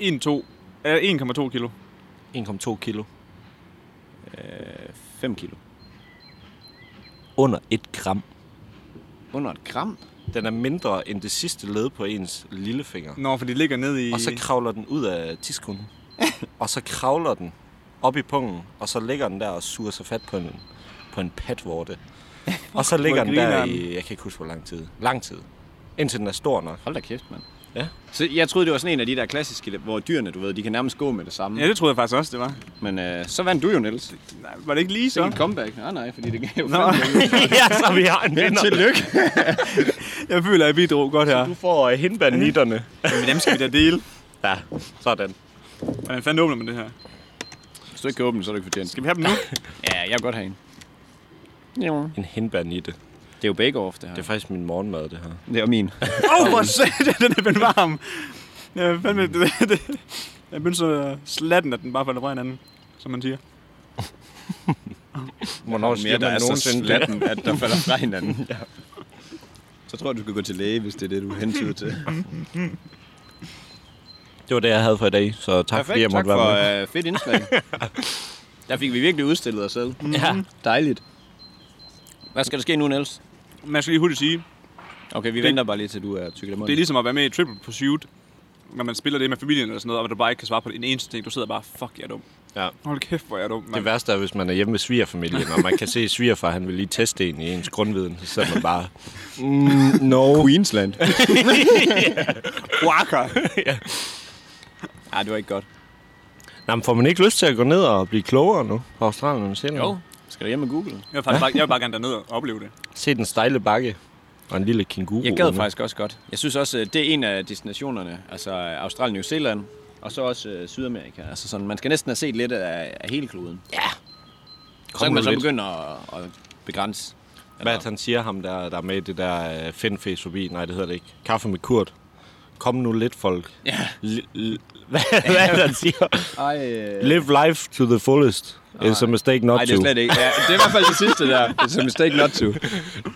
[SPEAKER 3] 1,2 øh, 1,2 kilo.
[SPEAKER 4] 1,2 kilo.
[SPEAKER 2] 5 kilo.
[SPEAKER 4] Under 1 gram.
[SPEAKER 2] Under et gram?
[SPEAKER 4] Den er mindre end det sidste led på ens lillefinger.
[SPEAKER 3] Nå, for de ligger ned i...
[SPEAKER 4] Og så kravler den ud af tiskonen. og så kravler den op i pungen, og så ligger den der og suger sig fat på en, på en patvorte. og [laughs] så ligger den der
[SPEAKER 3] grineren.
[SPEAKER 4] i, jeg kan ikke huske hvor lang tid. Lang tid. Indtil den er stor nok.
[SPEAKER 2] Hold da kæft, mand.
[SPEAKER 4] Ja.
[SPEAKER 2] Så jeg troede, det var sådan en af de der klassiske, hvor dyrene, du ved, de kan nærmest gå med det samme.
[SPEAKER 3] Ja, det troede jeg faktisk også, det var.
[SPEAKER 2] Men øh, så vandt du jo, Niels.
[SPEAKER 3] Nej, var det ikke lige
[SPEAKER 2] Det er et
[SPEAKER 3] så?
[SPEAKER 2] comeback. Nej, nej, fordi det gav jo
[SPEAKER 3] Nå,
[SPEAKER 4] [laughs] ja, så vi har en [laughs]
[SPEAKER 2] Tillykke.
[SPEAKER 3] jeg føler, at jeg bidrog godt her.
[SPEAKER 4] Du får øh, hindbærnitterne.
[SPEAKER 3] Men dem skal vi da dele.
[SPEAKER 4] Ja, sådan.
[SPEAKER 3] Hvordan fanden åbner man det her?
[SPEAKER 2] Hvis du ikke kan åbne, så er du ikke fortjent.
[SPEAKER 3] Skal vi have dem nu?
[SPEAKER 2] Ja, jeg vil godt have en. Jo.
[SPEAKER 4] En hindbærnitte.
[SPEAKER 2] Det er jo bake off, det her.
[SPEAKER 4] Det er faktisk min morgenmad, det her.
[SPEAKER 2] Det er min.
[SPEAKER 3] [laughs] Åh, oh, hvor sæt, den er blevet varm. Ja, fandme, det, [laughs] det, jeg begyndte så slatten, at den bare falder fra hinanden, som man siger.
[SPEAKER 4] Hvornår
[SPEAKER 2] Mere, der er så slatten, at [laughs] der falder fra hinanden. ja. Så tror jeg, du skal gå til læge, hvis det er det, du hentyder til.
[SPEAKER 4] Det var det, jeg havde for i dag, så tak fordi jeg
[SPEAKER 2] tak
[SPEAKER 4] måtte være med.
[SPEAKER 2] for øh, fedt
[SPEAKER 4] [laughs]
[SPEAKER 2] indslag. Der fik vi virkelig udstillet os selv.
[SPEAKER 4] Ja.
[SPEAKER 2] Mm. Dejligt. Hvad skal der ske nu, Niels?
[SPEAKER 3] Men jeg skal lige hurtigt sige,
[SPEAKER 2] Okay, vi det... venter
[SPEAKER 3] venter
[SPEAKER 2] bare lige til du er tykket
[SPEAKER 3] det er ligesom at være med i Triple Pursuit, når man spiller det med familien eller sådan noget, og du bare ikke kan svare på en eneste ting. Du sidder bare, fuck, jeg er dum.
[SPEAKER 4] Ja.
[SPEAKER 3] Hold kæft, hvor jeg er dum.
[SPEAKER 4] Det
[SPEAKER 3] mand.
[SPEAKER 4] værste er, hvis man er hjemme med svigerfamilien, og man kan se, at svigerfar han vil lige teste en i ens grundviden, så sidder man bare... Mm, no.
[SPEAKER 2] ligesom [laughs] Queensland.
[SPEAKER 3] Waka.
[SPEAKER 2] Nej, det var ikke godt.
[SPEAKER 4] Nå, men får man ikke lyst til at gå ned og blive klogere nu på Australien og New Zealand?
[SPEAKER 2] Jo. Skal du hjem med Google?
[SPEAKER 3] Jeg vil, faktisk bare, jeg vil bare gerne derned og opleve det.
[SPEAKER 4] Se den stejle bakke og en lille kænguru.
[SPEAKER 2] Jeg gad faktisk også godt. Jeg synes også, øh, det er en af destinationerne. Altså Australien, New Zealand, og så også øh, Sydamerika. Altså sådan, man skal næsten have set lidt af, af hele kloden. Ja. Så kan man så begynde at, at begrænse.
[SPEAKER 4] Hvad er det, han siger ham, der, der er med i det der øh, finfesobi? Nej, det hedder det ikke. Kaffe med Kurt. Kom nu lidt, folk.
[SPEAKER 2] Ja.
[SPEAKER 4] L- l- [laughs] hvad, hvad er det, han siger?
[SPEAKER 2] Ej,
[SPEAKER 4] Live life to the fullest. It's a mistake not
[SPEAKER 2] Nej, det er
[SPEAKER 4] to.
[SPEAKER 2] slet ikke. Ja, det er i hvert fald det sidste [laughs] der. Som mistake not to.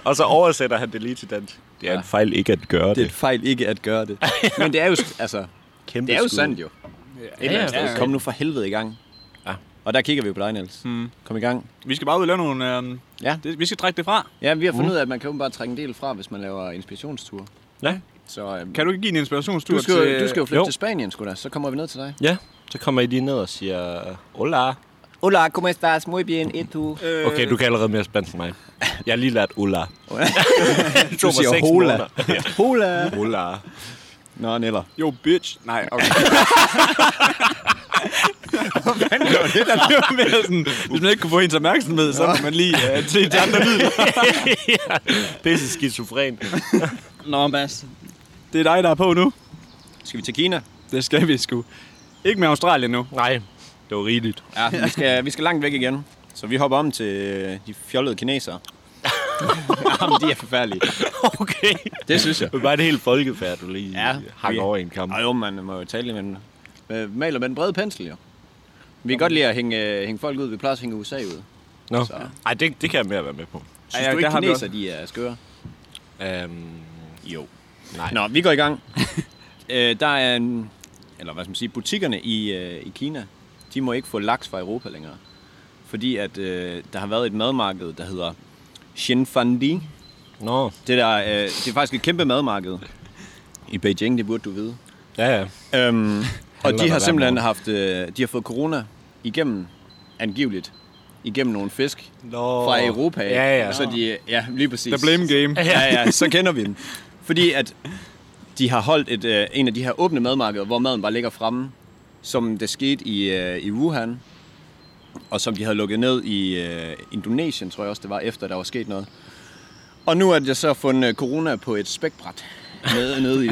[SPEAKER 4] Og så oversætter han det lige til dansk. Det er
[SPEAKER 2] Ja.
[SPEAKER 4] en fejl ikke at gøre det.
[SPEAKER 2] Det er et fejl ikke at gøre det. Men det er jo, altså,
[SPEAKER 4] Kæmpe
[SPEAKER 2] det er jo
[SPEAKER 4] skud.
[SPEAKER 2] sandt jo. Et eller andet
[SPEAKER 3] ja,
[SPEAKER 2] sted.
[SPEAKER 3] ja.
[SPEAKER 2] Kom nu for helvede i gang.
[SPEAKER 4] Ja.
[SPEAKER 2] Og der kigger vi på dig, Niels. Mm. Kom i gang.
[SPEAKER 3] Vi skal bare ud og lave nogle... Øh,
[SPEAKER 2] Ja.
[SPEAKER 3] det, vi skal trække det fra.
[SPEAKER 2] Ja, vi har fundet ud af, at man kan jo bare trække en del fra, hvis man laver inspirationsture.
[SPEAKER 4] Ja.
[SPEAKER 2] Så øhm,
[SPEAKER 3] Kan du ikke give en inspirationstur
[SPEAKER 2] du, skal, jo-
[SPEAKER 3] til...
[SPEAKER 2] du skal jo flytte
[SPEAKER 4] jo.
[SPEAKER 2] til Spanien, sgu da. Så kommer vi ned til dig.
[SPEAKER 4] Ja, så kommer I lige ned og siger, hola.
[SPEAKER 2] Hola, ¿cómo estás? Muy bien, ¿y tú?
[SPEAKER 3] Øh,
[SPEAKER 4] Okay, du kan allerede mere spansk end mig. Jeg har lige lært hola.
[SPEAKER 2] Du siger [laughs] hola. Hola.
[SPEAKER 4] Hola.
[SPEAKER 2] Nå, Neller.
[SPEAKER 3] Jo, bitch. Nej,
[SPEAKER 2] [laughs]
[SPEAKER 3] okay. det var mere sådan, hvis man ikke kunne få hendes opmærksomhed, så kunne man lige uh, til de andre lyd.
[SPEAKER 4] Pisse skizofren.
[SPEAKER 3] Nå, Mads. Det er dig, der er på nu.
[SPEAKER 2] Skal vi til Kina?
[SPEAKER 3] Det skal vi sgu. Ikke med Australien nu.
[SPEAKER 4] Nej, det var rigeligt.
[SPEAKER 2] [laughs] Ja, vi skal, vi skal langt væk igen. Så vi hopper om til øh, de fjollede [laughs] kinesere. Jamen, de er forfærdelige.
[SPEAKER 4] Okay.
[SPEAKER 2] Det synes jeg.
[SPEAKER 4] Det var bare et helt folkefærd, du lige
[SPEAKER 2] Ja.
[SPEAKER 4] ja. hang
[SPEAKER 2] Ja.
[SPEAKER 4] over i en kamp.
[SPEAKER 2] Og jo, man må jo tale med, Øh, med maler med den brede pensel, jo. Vi kan godt lide at hænge, hænge folk ud. Vi plejer også at hænge USA ud.
[SPEAKER 4] Nå.
[SPEAKER 2] Så.
[SPEAKER 4] Ej, det, det kan jeg mere være med på.
[SPEAKER 2] Synes
[SPEAKER 3] ja,
[SPEAKER 2] du
[SPEAKER 3] der
[SPEAKER 2] ikke,
[SPEAKER 3] har vi
[SPEAKER 2] kineser de er skøre?
[SPEAKER 4] Øhm,
[SPEAKER 2] Jo.
[SPEAKER 4] Nej.
[SPEAKER 2] Nå, vi går i
[SPEAKER 4] [laughs]
[SPEAKER 2] gang. øh, der er en, eller hvad skal man sige, butikkerne i, øh, i Kina, de må ikke få laks fra Europa længere. Fordi at øh, der har været et madmarked, der hedder Xinfandi.
[SPEAKER 4] nå.
[SPEAKER 2] Det, der, øh, det er faktisk et kæmpe madmarked i Beijing, det burde du vide.
[SPEAKER 4] Ja, ja. [laughs]
[SPEAKER 2] Øhm, og
[SPEAKER 4] der
[SPEAKER 2] de har
[SPEAKER 4] hver
[SPEAKER 2] simpelthen
[SPEAKER 4] morgen.
[SPEAKER 2] haft, øh, de har fået corona igennem, angiveligt, igennem nogle fisk
[SPEAKER 4] Nå.
[SPEAKER 2] fra Europa. af.
[SPEAKER 4] Ja, ja.
[SPEAKER 2] Så de, ja, lige præcis.
[SPEAKER 3] The blame game.
[SPEAKER 2] Ja, ja, så kender vi den. Fordi at de har holdt et, øh, en af de her åbne madmarkeder, hvor maden bare ligger fremme, som det skete i, øh, i Wuhan, og som de havde lukket ned i øh, Indonesien, tror jeg også det var, efter der var sket noget. Og nu er det så fundet øh, corona på et spækbræt. Nede, nede i,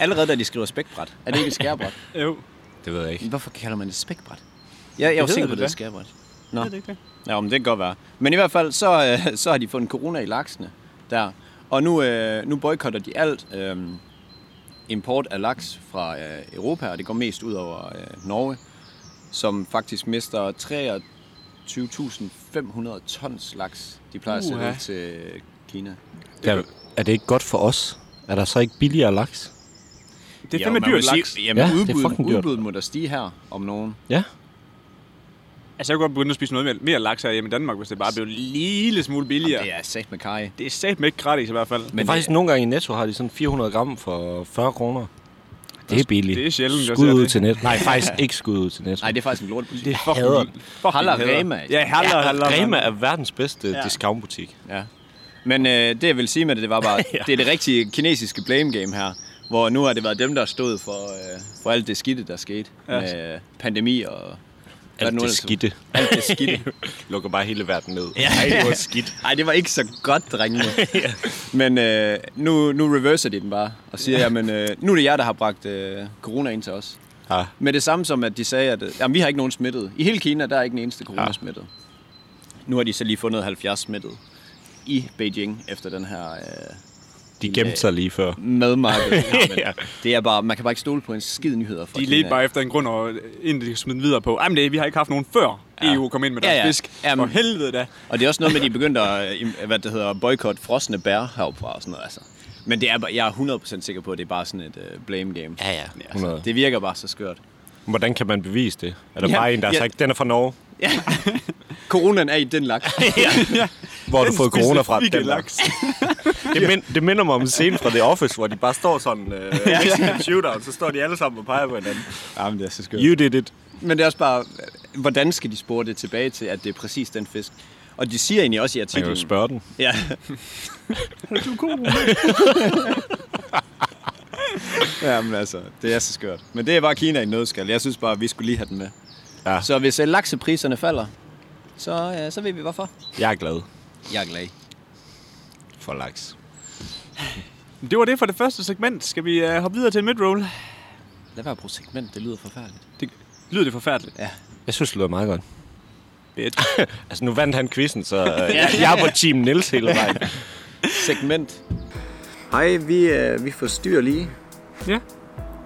[SPEAKER 2] allerede da de skriver spækbræt. Er det ikke et skærbræt?
[SPEAKER 3] Jo.
[SPEAKER 4] Det ved jeg ikke.
[SPEAKER 2] Hvorfor kalder man det spækbræt? Ja, jeg var
[SPEAKER 3] hedder
[SPEAKER 2] sikker på,
[SPEAKER 3] det
[SPEAKER 2] det
[SPEAKER 3] da.
[SPEAKER 2] er et skærbræt. Nå.
[SPEAKER 3] det ikke det?
[SPEAKER 2] Ja, men det kan godt være. Men i hvert fald, så, øh, så har de fundet corona i laksene der. Og nu, øh, nu boykotter de alt øh, import af laks fra øh, Europa, og det går mest ud over øh, Norge, som faktisk mister 23.500 tons laks, de plejer at sælge
[SPEAKER 3] Uha.
[SPEAKER 2] ud til Kina.
[SPEAKER 4] Ja, er det ikke godt for os? Er der så ikke billigere laks?
[SPEAKER 3] Det er
[SPEAKER 2] Jo,
[SPEAKER 3] fandme
[SPEAKER 2] man må
[SPEAKER 3] dyr
[SPEAKER 2] sige-
[SPEAKER 3] laks.
[SPEAKER 2] Jamen,
[SPEAKER 4] Ja, det
[SPEAKER 2] ja,
[SPEAKER 4] er
[SPEAKER 2] udbuddet,
[SPEAKER 4] fucking dyrt.
[SPEAKER 2] udbuddet må der stige her om nogen.
[SPEAKER 4] Ja.
[SPEAKER 3] Altså, jeg kunne godt begynde at spise noget mere, mere laks her hjemme i Danmark, hvis det bare blev en lille smule billigere.
[SPEAKER 2] Det er sagt med kaj.
[SPEAKER 3] Det er satme ikke gratis i hvert fald.
[SPEAKER 4] Men øh, faktisk nogle gange i Netto har de sådan 400 gram for 40 kroner. Det er billigt.
[SPEAKER 3] det er sjældent, jeg
[SPEAKER 4] Skud
[SPEAKER 3] ser
[SPEAKER 4] ud
[SPEAKER 3] det.
[SPEAKER 4] til net. Nej, faktisk [laughs] ikke skud ud til Netto.
[SPEAKER 2] Nej, det er faktisk en lortebutik.
[SPEAKER 3] Det er fucking
[SPEAKER 4] hader
[SPEAKER 3] vildt. Fucking
[SPEAKER 2] Haller
[SPEAKER 3] hader.
[SPEAKER 2] Rema.
[SPEAKER 3] Ja, haller, ja, haller.
[SPEAKER 4] Rema er verdens bedste ja. discountbutik.
[SPEAKER 2] Ja. Men øh, det jeg vil sige med det, det var bare, ja. det er det rigtige kinesiske blame game her, hvor nu har det været dem, der stod for, øh, for alt det skidte, der skete ja. med øh, pandemi og... hvad
[SPEAKER 4] Alt
[SPEAKER 2] nu
[SPEAKER 4] det
[SPEAKER 2] ellers-
[SPEAKER 4] skidte.
[SPEAKER 2] Alt det skidte.
[SPEAKER 4] Lukker bare hele verden ned. Ja. Ej, det var skidt.
[SPEAKER 2] Ej, det var ikke så godt, drengene. Men øh, nu, nu reverser de den bare og siger, ja. jamen, øh, nu er det jer, der har bragt øh, corona ind til os.
[SPEAKER 4] Ja.
[SPEAKER 2] Med det samme som, at de sagde, at øh, jamen, vi har ikke nogen smittet. I hele Kina, der er ikke en eneste coronasmittet. Nu har de så lige fundet 70 smittet i Beijing efter den her... Øh,
[SPEAKER 4] De gemte sig lige før.
[SPEAKER 2] madmarked. ja. Det er bare, man kan bare ikke stole på en skid nyheder fra
[SPEAKER 3] De ledte bare efter en grund, og en, de kan smide den videre på. Ej, men det, vi har ikke haft nogen før ja. EU kom ind med
[SPEAKER 2] Ja,
[SPEAKER 3] deres
[SPEAKER 2] ja.
[SPEAKER 3] fisk.
[SPEAKER 2] Jamen.
[SPEAKER 3] For helvede da.
[SPEAKER 2] Og det er også noget med, at de begyndte at øh, hvad det hedder, boykotte frosne bær heroppefra og sådan noget. Altså. Men det er, bare- jeg er 100% sikker på, at det er bare sådan et uh, blame game.
[SPEAKER 4] Ja, ja.
[SPEAKER 2] Altså, det virker bare så skørt.
[SPEAKER 4] Hvordan kan man bevise det? Er der
[SPEAKER 2] Ja.
[SPEAKER 4] bare en, der har
[SPEAKER 2] Ja.
[SPEAKER 4] sagt, den er fra Norge?
[SPEAKER 2] Coronaen er i den laks.
[SPEAKER 4] Hvor har du fået corona fra?
[SPEAKER 3] Specifikke
[SPEAKER 4] Den laks.
[SPEAKER 3] laks.
[SPEAKER 4] [laughs] Det, mind, det minder mig om en scene fra The Office, hvor de bare står sådan øh, [laughs] ja. shootout, så står de alle sammen og peger på hinanden.
[SPEAKER 2] Jamen, det er så skørt.
[SPEAKER 4] You did it.
[SPEAKER 2] Men det er også bare, øh, hvordan skal de spore det tilbage til, at det er præcis den fisk? Og de siger egentlig også i
[SPEAKER 4] Man kan jo
[SPEAKER 2] artiklen...
[SPEAKER 4] spørge den.
[SPEAKER 2] Ja. [laughs] ja, men altså, det er så skørt. Men det er bare Kina i en nødskal. Jeg synes bare, at vi skulle lige have den med.
[SPEAKER 4] Ja.
[SPEAKER 2] Så hvis øh, laksepriserne falder, så, øh, så ved vi hvorfor.
[SPEAKER 4] Jeg er glad
[SPEAKER 2] Jeg er glad.
[SPEAKER 4] for laks.
[SPEAKER 3] Det var det for det første segment. Skal vi øh, hoppe videre til en midroll?
[SPEAKER 2] Lad være at bruge segment, det lyder forfærdeligt.
[SPEAKER 3] Det, lyder det forfærdeligt?
[SPEAKER 4] Jeg synes, det lyder meget godt.
[SPEAKER 3] Bitch.
[SPEAKER 4] [laughs] Altså, nu vandt han
[SPEAKER 3] [laughs]
[SPEAKER 4] quizzen, så øh, jeg er på Team Nils hele vejen.
[SPEAKER 2] Segment.
[SPEAKER 5] Hej, vi, øh, vi forstyrrer lige.
[SPEAKER 1] Ja.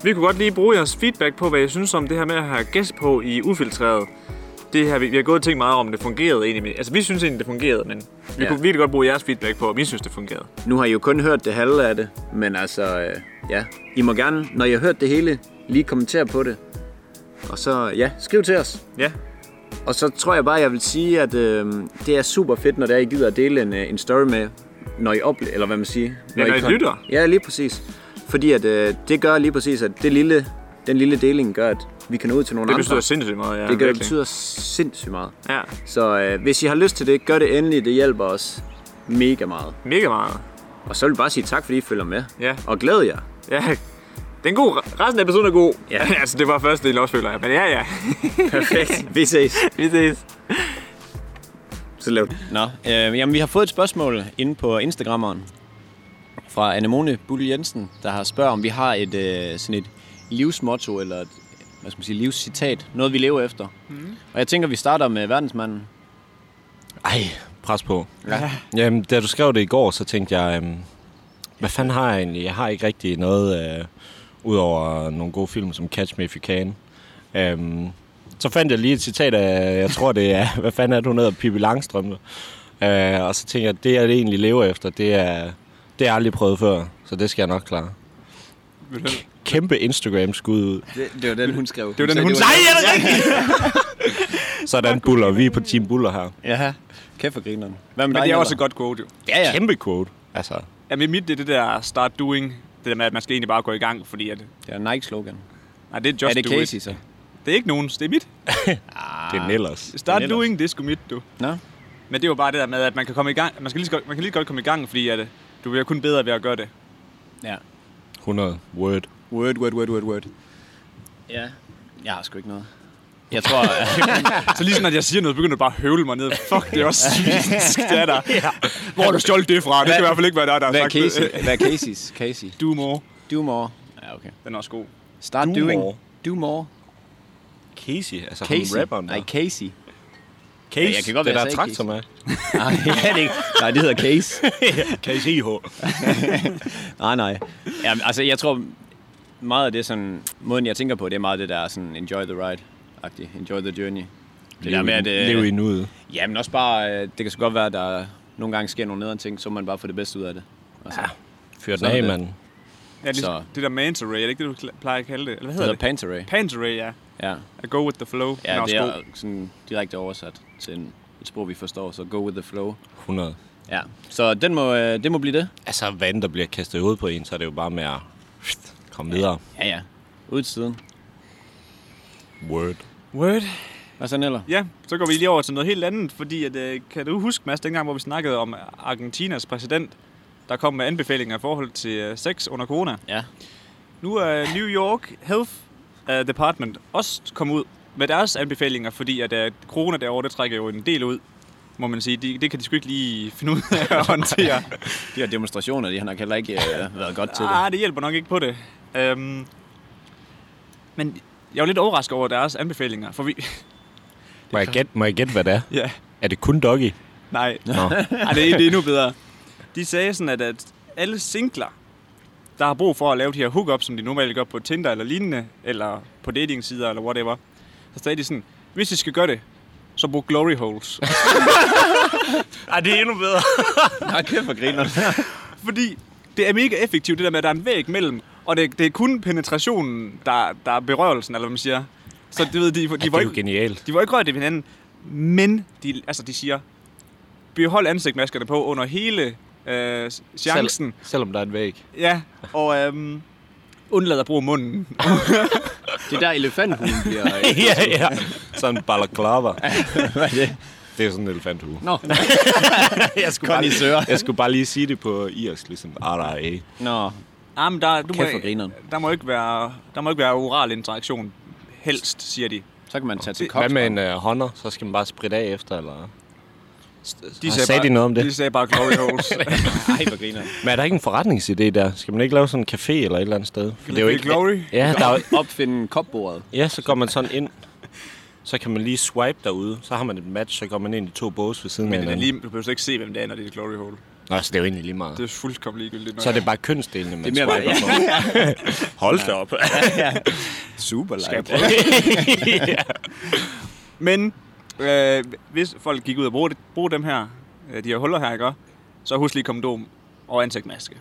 [SPEAKER 1] Vi kunne godt lige bruge jeres feedback på, hvad I synes om det her med at have gæst på i Ufiltreret. Det her, vi, vi har gået og tænkt meget om, det fungerede egentlig. men- Altså, vi synes egentlig, det fungerede, men vi
[SPEAKER 5] Ja.
[SPEAKER 1] ja. kunne virkelig godt bruge jeres feedback på, om I synes, det fungerede.
[SPEAKER 5] Nu har I jo kun hørt det halve af det, men altså, øh, ja. I må gerne, når I har hørt det hele, lige kommentere på det. Og så, ja, skriv til os.
[SPEAKER 1] Ja.
[SPEAKER 5] Og så tror jeg bare, jeg vil sige, at øh, det er super fedt, når det er, I gider at dele en, øh, en story med, når I oplever, eller hvad man siger.
[SPEAKER 1] når I lytter.
[SPEAKER 5] Ja, lige præcis. Fordi at, øh, det gør lige præcis, at det lille, den lille deling gør, at vi kan nå ud til nogle
[SPEAKER 1] Det
[SPEAKER 5] andre.
[SPEAKER 1] betyder sindssygt meget, ja.
[SPEAKER 5] det gør,
[SPEAKER 1] virkelig.
[SPEAKER 5] betyder sindssygt meget.
[SPEAKER 1] Ja,
[SPEAKER 5] Så øh, hvis I har lyst til det, gør det endelig. Det hjælper os mega meget.
[SPEAKER 1] mega meget.
[SPEAKER 5] Og så vil jeg bare sige tak, fordi I følger med.
[SPEAKER 1] Ja.
[SPEAKER 5] Og glæder jer.
[SPEAKER 1] Ja. Den er god. Resten af episoden er god.
[SPEAKER 5] Ja.
[SPEAKER 1] [laughs] altså, det var første del også, føler jeg. Men ja, ja.
[SPEAKER 5] Perfekt. [laughs] Vi ses.
[SPEAKER 1] Vi ses.
[SPEAKER 5] Så lav
[SPEAKER 2] Nå, øh, jamen vi har fået et spørgsmål inde på Instagrammeren fra Anemone Bull Jensen, der har spørget, om vi har et øh, sådan et livsmotto, eller et, hvad skal man sige, livscitat, noget vi lever efter. Mm. Og jeg tænker, vi starter med verdensmanden.
[SPEAKER 4] Ej, pres på. Ja. Jamen, da du skrev det i går, så tænkte jeg, øhm, hvad fanden har jeg egentlig? Jeg har ikke rigtig noget, øh, udover nogle gode film som Catch Me If You Can. Øhm, så fandt jeg lige et citat af, jeg tror det er, [laughs] hvad fanden er det, hun hedder, Pippi Langstrømpe. Øh, og så tænkte jeg, det jeg egentlig lever efter, det er, det har jeg aldrig prøvet før, så det skal jeg nok klare.
[SPEAKER 3] Vil du-
[SPEAKER 4] Kæmpe Instagram-skud ud.
[SPEAKER 5] Det, det var den, hun skrev.
[SPEAKER 3] Det var den, hun...
[SPEAKER 5] Nej!
[SPEAKER 3] er det rigtigt?
[SPEAKER 4] Sådan buller, vi er på Team Buller her.
[SPEAKER 2] Ja, kæft for grineren. Hvad med
[SPEAKER 3] Men
[SPEAKER 2] dig,
[SPEAKER 3] det er
[SPEAKER 2] Jeller?
[SPEAKER 3] også et godt quote, jo.
[SPEAKER 2] Ja, ja.
[SPEAKER 4] Kæmpe quote. Altså,
[SPEAKER 3] Jamen, mit det er det der start doing. Det der med, at man skal egentlig bare gå i gang, fordi at...
[SPEAKER 2] Det er Nike-slogan.
[SPEAKER 3] Nej, det er just
[SPEAKER 2] Er det
[SPEAKER 3] do
[SPEAKER 2] Casey
[SPEAKER 3] it.
[SPEAKER 2] så?
[SPEAKER 3] Det er ikke nogens, det er mit.
[SPEAKER 4] det er Nellers.
[SPEAKER 3] Start
[SPEAKER 2] Det er netop.
[SPEAKER 3] doing, det er sgu mit, du.
[SPEAKER 2] Nå?
[SPEAKER 3] Men det var bare det der med, at man kan komme i gang. Man, skal lige, så godt- man kan lige så godt komme i gang, fordi at, øh, du bliver kun bedre ved at gøre det.
[SPEAKER 2] Ja.
[SPEAKER 4] 100. Word.
[SPEAKER 2] Word, word, word, word, word. Ja. Jeg har sgu ikke noget. Jeg tror,
[SPEAKER 3] Så lige sådan, at jeg siger noget, begynder du bare at høvle mig ned. Fuck, det er også svinsk, det er der. Hvor har du stjålet det fra? Det skal i hvert fald ikke være der, der har
[SPEAKER 2] hvad er
[SPEAKER 3] sagt det.
[SPEAKER 2] Casey?
[SPEAKER 4] [laughs]
[SPEAKER 2] Hvad er Casey's? Casey.
[SPEAKER 3] Do more.
[SPEAKER 2] Do more. Ja, okay.
[SPEAKER 3] Den er også god.
[SPEAKER 2] Start
[SPEAKER 4] Do
[SPEAKER 2] doing.
[SPEAKER 4] more.
[SPEAKER 2] Do more.
[SPEAKER 4] Casey, altså
[SPEAKER 2] Casey.
[SPEAKER 4] Casey. rapperen der.
[SPEAKER 2] Nej, Casey.
[SPEAKER 4] Casey,
[SPEAKER 2] Ja, jeg kan godt
[SPEAKER 4] det altså
[SPEAKER 2] være,
[SPEAKER 4] der
[SPEAKER 2] jeg sagde
[SPEAKER 4] traktor med.
[SPEAKER 2] Nej, ja, det, nej, det hedder Case.
[SPEAKER 4] Casey IH.
[SPEAKER 2] Nej, nej. Jamen, altså, jeg tror, meget af det, sådan, måden jeg tænker på, det er meget det der sådan, enjoy the ride-agtigt. Enjoy the journey. Det der med, at, øh,
[SPEAKER 4] Lev i nuet.
[SPEAKER 2] Ja, men også bare, øh, det kan så godt være, at der nogle gange sker nogle nederen ting, så må man bare få det bedste ud af det. Altså, ja,
[SPEAKER 4] Fyr den
[SPEAKER 2] Sådan
[SPEAKER 4] af,
[SPEAKER 2] det.
[SPEAKER 4] mand.
[SPEAKER 3] Ja, det,
[SPEAKER 2] Så-
[SPEAKER 3] det der manta ray, er det ikke det, du kla- plejer at kalde det? Eller hvad
[SPEAKER 2] det
[SPEAKER 3] hedder
[SPEAKER 2] hedder
[SPEAKER 3] det?
[SPEAKER 2] Panteray.
[SPEAKER 3] Panta ray, ja.
[SPEAKER 2] Ja,
[SPEAKER 3] At go with the flow. Den
[SPEAKER 2] ja
[SPEAKER 3] er
[SPEAKER 2] det
[SPEAKER 3] også god.
[SPEAKER 2] er sådan direkte oversat til en, et sprog, vi forstår, så go with the flow.
[SPEAKER 4] 100.
[SPEAKER 2] Ja, så den må, øh, det må blive det.
[SPEAKER 4] Altså, vand, der bliver kastet i hovedet på en, så er det jo bare med at komme videre.
[SPEAKER 2] Ja, ja. Ud til siden.
[SPEAKER 4] Word.
[SPEAKER 3] Word.
[SPEAKER 2] Hvad så, Neller?
[SPEAKER 3] Ja, så går vi lige over til noget helt andet, fordi at, øh, kan du huske, Mads, dengang, hvor vi snakkede om Argentinas præsident, der kom med anbefalinger i forhold til øh, sex under corona?
[SPEAKER 2] Ja.
[SPEAKER 3] Nu er New York Health øh, Department også kommet ud med deres anbefalinger, fordi at øh, corona derovre, det trækker jo en del ud, må man sige. De, det kan de sgu ikke lige finde ud af
[SPEAKER 2] [laughs]
[SPEAKER 3] at håndtere.
[SPEAKER 2] De her demonstrationer, de har nok heller ikke øh, været godt til det.
[SPEAKER 3] Ah, det hjælper nok ikke på det. Øhm, men jeg var lidt overrasket over deres anbefalinger, for vi...
[SPEAKER 4] Må jeg gætte, må jeg gætte hvad det er?
[SPEAKER 3] ja,
[SPEAKER 4] Er det kun doggy?
[SPEAKER 3] [laughs] nej.
[SPEAKER 4] Nå.
[SPEAKER 3] Ej, det, er, det er endnu bedre. De sagde sådan, at, at alle singler, der har brug for at lave de her hookups, som de normalt gør på Tinder eller lignende, eller på datingsider eller whatever, så sagde de sådan, hvis I skal gøre det, så brug glory holes.
[SPEAKER 4] [laughs]
[SPEAKER 3] [laughs]
[SPEAKER 4] Ej, det er endnu bedre.
[SPEAKER 2] Nej, kæft for griner.
[SPEAKER 3] Fordi det er mega effektivt, det der med, at der er en væg mellem, og det, det er kun penetrationen, der, der er berørelsen, eller hvad man siger. Så det ved, de, de,
[SPEAKER 4] Det
[SPEAKER 3] var
[SPEAKER 4] er jo
[SPEAKER 3] ikke,
[SPEAKER 4] genialt.
[SPEAKER 3] de var ikke rørt i hinanden, men de, altså, de siger, behold ansigtmaskerne på under hele øh, chancen.
[SPEAKER 4] Selv, selvom der er en væg.
[SPEAKER 3] Ja, og øhm, undlad at bruge munden.
[SPEAKER 2] Det er der elefanthulen [laughs] bliver... Øh,
[SPEAKER 4] [laughs] ja, [laughs] ja. Sådan en balaclava.
[SPEAKER 2] hvad er det?
[SPEAKER 4] Det er sådan en elefanthue.
[SPEAKER 2] [laughs] Nå,
[SPEAKER 4] Jeg skulle,
[SPEAKER 2] bare lige- Connoisseur.
[SPEAKER 4] jeg skulle bare lige sige det på irsk, ligesom RIA.
[SPEAKER 2] Nå.
[SPEAKER 3] Ah, men der, du
[SPEAKER 2] Kæft,
[SPEAKER 3] må,
[SPEAKER 2] hvor grineren.
[SPEAKER 3] der må ikke være, der må ikke være oral interaktion. Helst, siger de.
[SPEAKER 2] så kan man tage til
[SPEAKER 4] Hvad
[SPEAKER 2] Kongsberg.
[SPEAKER 4] med en uh, hånder? Så skal man bare spritte af efter, eller?
[SPEAKER 3] de
[SPEAKER 4] sagde de noget om det?
[SPEAKER 3] De sagde bare glory
[SPEAKER 4] [laughs]
[SPEAKER 3] holes.
[SPEAKER 2] [laughs] Ej, hvor griner.
[SPEAKER 4] Men er der ikke en forretningsidé der? Skal man ikke lave sådan en café eller et eller andet sted? For
[SPEAKER 3] det er jo ikke glory.
[SPEAKER 4] Ja, der er, jo-
[SPEAKER 2] Opfinde kopbordet.
[SPEAKER 4] ja, så går man sådan ind. Så kan man lige swipe derude. Så har man et match, så går man ind i to bås ved siden af
[SPEAKER 3] Men det er
[SPEAKER 4] hinanden.
[SPEAKER 3] lige, du behøver slet ikke se, hvem det er, når det er et glory hole.
[SPEAKER 4] Nå, så det er jo egentlig lige meget.
[SPEAKER 3] Det er fuldkommen ligegyldigt.
[SPEAKER 4] Så er det bare kønsdelene, man
[SPEAKER 2] Det er mere-
[SPEAKER 4] swiper
[SPEAKER 3] [laughs]
[SPEAKER 4] på. Hold da op.
[SPEAKER 2] Super light.
[SPEAKER 4] [laughs]
[SPEAKER 3] Men øh, hvis folk gik ud og brugte, brugte dem her, øh, de her huller her, ikke? så husk lige kondom og ansigtsmaske.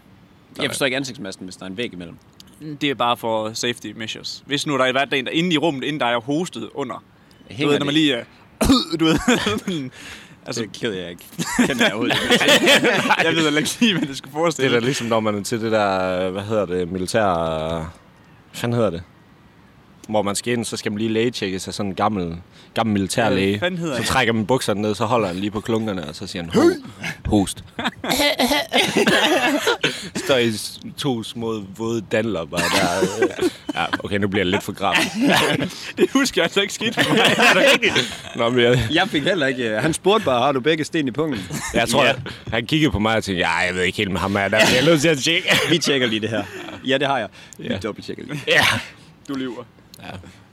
[SPEAKER 2] Jeg forstår ikke ansigtsmasken, hvis der er en væg imellem.
[SPEAKER 3] Det er bare for safety measures. Hvis nu der er været en, der inde i rummet, inden der er hostet under. Du
[SPEAKER 2] Hænger
[SPEAKER 3] ved, når
[SPEAKER 2] det?
[SPEAKER 3] man lige... øh, [clears throat] du ved, [laughs] altså,
[SPEAKER 2] Det keder jeg ikke. [laughs] Kender jeg overhovedet ikke.
[SPEAKER 3] jeg ved heller ikke lige, hvad det skal
[SPEAKER 4] Det er
[SPEAKER 3] forestille.
[SPEAKER 4] da ligesom, når man er til det der, øh, hvad hedder det, militær... øh, Hvad fanden hedder det? Hvor man skal ind, så skal man lige lægecheckes af sådan en gammel, gammel militærlæge.
[SPEAKER 3] Hvad fanden hedder
[SPEAKER 4] så
[SPEAKER 3] det?
[SPEAKER 4] trækker man bukserne ned, så holder han lige på klunkerne, og så siger han, Ho, host. [laughs] Står i s- to små våde dandler bare der. øh. [laughs] Ja, okay, nu bliver jeg lidt for grafisk.
[SPEAKER 3] Det husker jeg altså ikke skidt
[SPEAKER 2] [laughs]
[SPEAKER 3] for mig.
[SPEAKER 4] Nå, men jeg,
[SPEAKER 2] Jeg fik heller ikke... øh, Han spurgte bare, har du begge sten i pungen?
[SPEAKER 4] jeg tror, yeah. han kiggede på mig og tænkte, ja, jeg ved ikke helt med ham her, der bliver jeg nødt til at tjekke.
[SPEAKER 2] Vi tjekker lige det her. Ja, det har jeg. Vi
[SPEAKER 4] Ja.
[SPEAKER 2] dobbelttjekker lige.
[SPEAKER 4] ja.
[SPEAKER 3] [laughs] Du lever.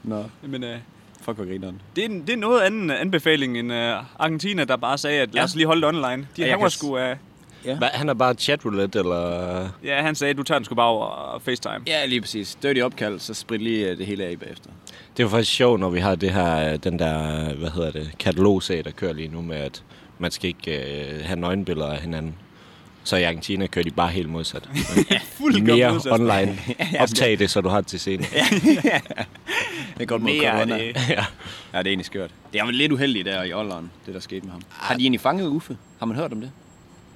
[SPEAKER 2] Nå,
[SPEAKER 3] Men øh,
[SPEAKER 2] fuck hvor grineren.
[SPEAKER 3] det, er, en- det er noget anden øh, anbefaling end øh, Argentina, der bare sagde, at lad os lige holde det online. De
[SPEAKER 2] jeg
[SPEAKER 3] haver
[SPEAKER 2] kan s-
[SPEAKER 3] sgu af...
[SPEAKER 2] Ja.
[SPEAKER 4] Hva, han er bare chatroulette, eller...
[SPEAKER 3] Ja, han sagde, du tager den sgu bare over øh, FaceTime.
[SPEAKER 2] Ja, lige præcis. Dirty opkald, så sprit lige øh, det hele af bagefter.
[SPEAKER 4] Det er jo faktisk sjovt, når vi har det her, øh, den der, øh, hvad hedder det, katalogserie, der kører lige nu med, at man skal ikke øh, have nøgenbilleder af hinanden. Så i Argentina kører de bare helt
[SPEAKER 2] [laughs]
[SPEAKER 4] modsat. Men
[SPEAKER 3] Fuldkommen
[SPEAKER 4] mere
[SPEAKER 3] modsat.
[SPEAKER 4] online. Optag det, så du har det til
[SPEAKER 2] [laughs]
[SPEAKER 4] senere.
[SPEAKER 2] Det er godt mod
[SPEAKER 3] Mere af
[SPEAKER 2] corona.
[SPEAKER 3] det.
[SPEAKER 2] [laughs] Ja, det er egentlig skørt. Det er vel lidt uheldigt der i Olleren, det der skete med ham. Har de egentlig fanget Uffe? Har man hørt om det?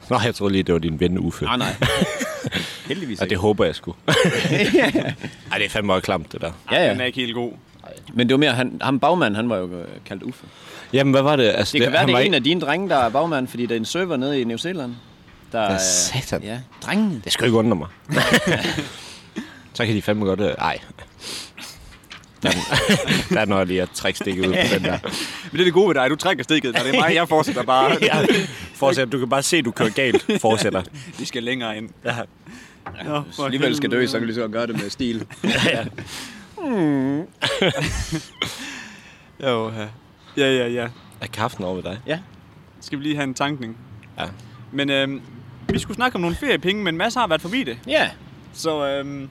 [SPEAKER 4] Nå, jeg tror lige, det var din ven Uffe.
[SPEAKER 2] Nej, Ah, nej. [laughs] Heldigvis
[SPEAKER 4] Og det
[SPEAKER 2] ikke.
[SPEAKER 4] håber
[SPEAKER 2] [laughs]
[SPEAKER 4] jeg sgu. Ej, det er fandme også klamt, det der.
[SPEAKER 2] Ja, ja.
[SPEAKER 3] Den er ikke helt god.
[SPEAKER 2] Men det var mere, han, ham bagmand, han var jo øh, kaldt Uffe.
[SPEAKER 4] Jamen, hvad var det? Altså,
[SPEAKER 2] Det kan være,
[SPEAKER 4] han
[SPEAKER 2] det
[SPEAKER 4] var
[SPEAKER 2] er en
[SPEAKER 4] ikke-
[SPEAKER 2] af dine drenge, der er bagmand, fordi der er en server nede i New Zealand. Der,
[SPEAKER 4] Ja,
[SPEAKER 2] øh,
[SPEAKER 4] satan.
[SPEAKER 2] Ja, drengene.
[SPEAKER 4] Det skal ikke undre mig. [laughs] så kan de fandme godt... øh,
[SPEAKER 2] [laughs]
[SPEAKER 4] Ej. Der, er [laughs] den- der når jeg lige at trække stikket ud på den der.
[SPEAKER 3] Men det er det gode ved dig, du trækker stikket, der er det mig, jeg fortsætter
[SPEAKER 2] [laughs]
[SPEAKER 3] bare.
[SPEAKER 4] Ja, fortsæt. Du kan bare se, du kører galt. Fortsætter.
[SPEAKER 3] De skal længere ind.
[SPEAKER 4] Ja.
[SPEAKER 3] Nå, for
[SPEAKER 2] Alligevel skal dø,
[SPEAKER 3] helvede.
[SPEAKER 2] så kan du lige så godt gøre det med stil.
[SPEAKER 3] Jo, ja. Ja, ja, ja.
[SPEAKER 4] [laughs] Er kaffen over ved dig?
[SPEAKER 3] Skal vi lige have en tankning?
[SPEAKER 4] Ja.
[SPEAKER 3] Men øhm, vi skulle snakke om nogle feriepenge, men masser har været forbi det.
[SPEAKER 2] [laughs] Ja,
[SPEAKER 3] Så øhm,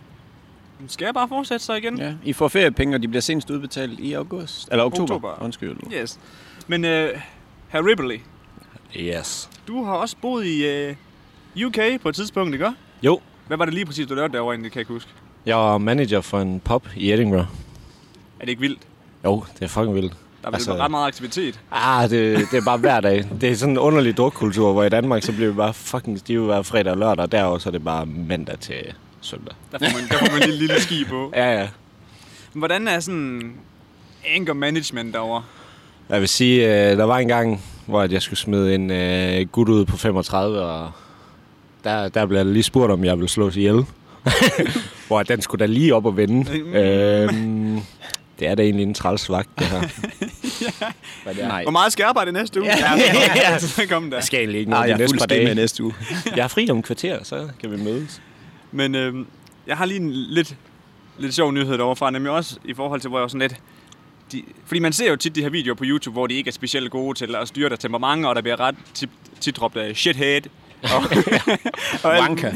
[SPEAKER 3] skal jeg bare fortsætte så igen?
[SPEAKER 2] ja. I får feriepenge, og de bliver senest udbetalt i august. Eller oktober.
[SPEAKER 3] Oktober.
[SPEAKER 2] Undskyld.
[SPEAKER 3] Yes. Men øh, herr Ripley,
[SPEAKER 4] Yes.
[SPEAKER 3] du har også boet i øh, UK på et tidspunkt, ikke?
[SPEAKER 4] Jo,
[SPEAKER 3] Hvad var det lige præcis, du lavede derovre egentlig, kan jeg ikke huske?
[SPEAKER 4] jeg var manager for en pop i Edinburgh.
[SPEAKER 3] Er det ikke vildt?
[SPEAKER 4] Jo, det er fucking vildt.
[SPEAKER 3] Der er altså, ret meget aktivitet.
[SPEAKER 4] Ah, det, det er bare hver dag. Det er sådan en underlig drukkultur, hvor i Danmark, så bliver vi bare fucking stive hver fredag og lørdag. Derovre, så er det bare mandag til søndag.
[SPEAKER 3] Der får man, der får man lige en lille ski på.
[SPEAKER 4] [laughs] Ja, ja.
[SPEAKER 3] Men Hvordan er sådan anger management derovre?
[SPEAKER 4] Jeg vil sige, øh, der var en gang, hvor at jeg skulle smide en øh, gut ud på 35, og der, der blev jeg lige spurgt, om jeg ville slås ihjel. [laughs] hvor den skulle da lige op og vende. øhm, det er da egentlig en træls vagt, det her.
[SPEAKER 2] Ja. Nej.
[SPEAKER 3] Hvor meget skal jeg arbejde i næste uge? Ja, ja. Så [laughs] kom der.
[SPEAKER 4] Ah, Jeg skal egentlig ikke
[SPEAKER 2] Nej,
[SPEAKER 4] noget
[SPEAKER 2] jeg
[SPEAKER 4] de
[SPEAKER 2] er
[SPEAKER 4] næste par
[SPEAKER 2] fuldstændig med
[SPEAKER 4] dage.
[SPEAKER 2] næste uge.
[SPEAKER 4] Jeg er fri om et kvarter, så kan vi mødes.
[SPEAKER 3] Men øhm, jeg har lige en lidt, lidt sjov nyhed derovre fra, nemlig også i forhold til, hvor jeg var sådan lidt... De, fordi man ser jo tit de her videoer på YouTube, hvor de ikke er specielt gode til at styre deres temperament, og der bliver ret tit, tit råbt af shithead. Og, og alt-
[SPEAKER 2] Wanka.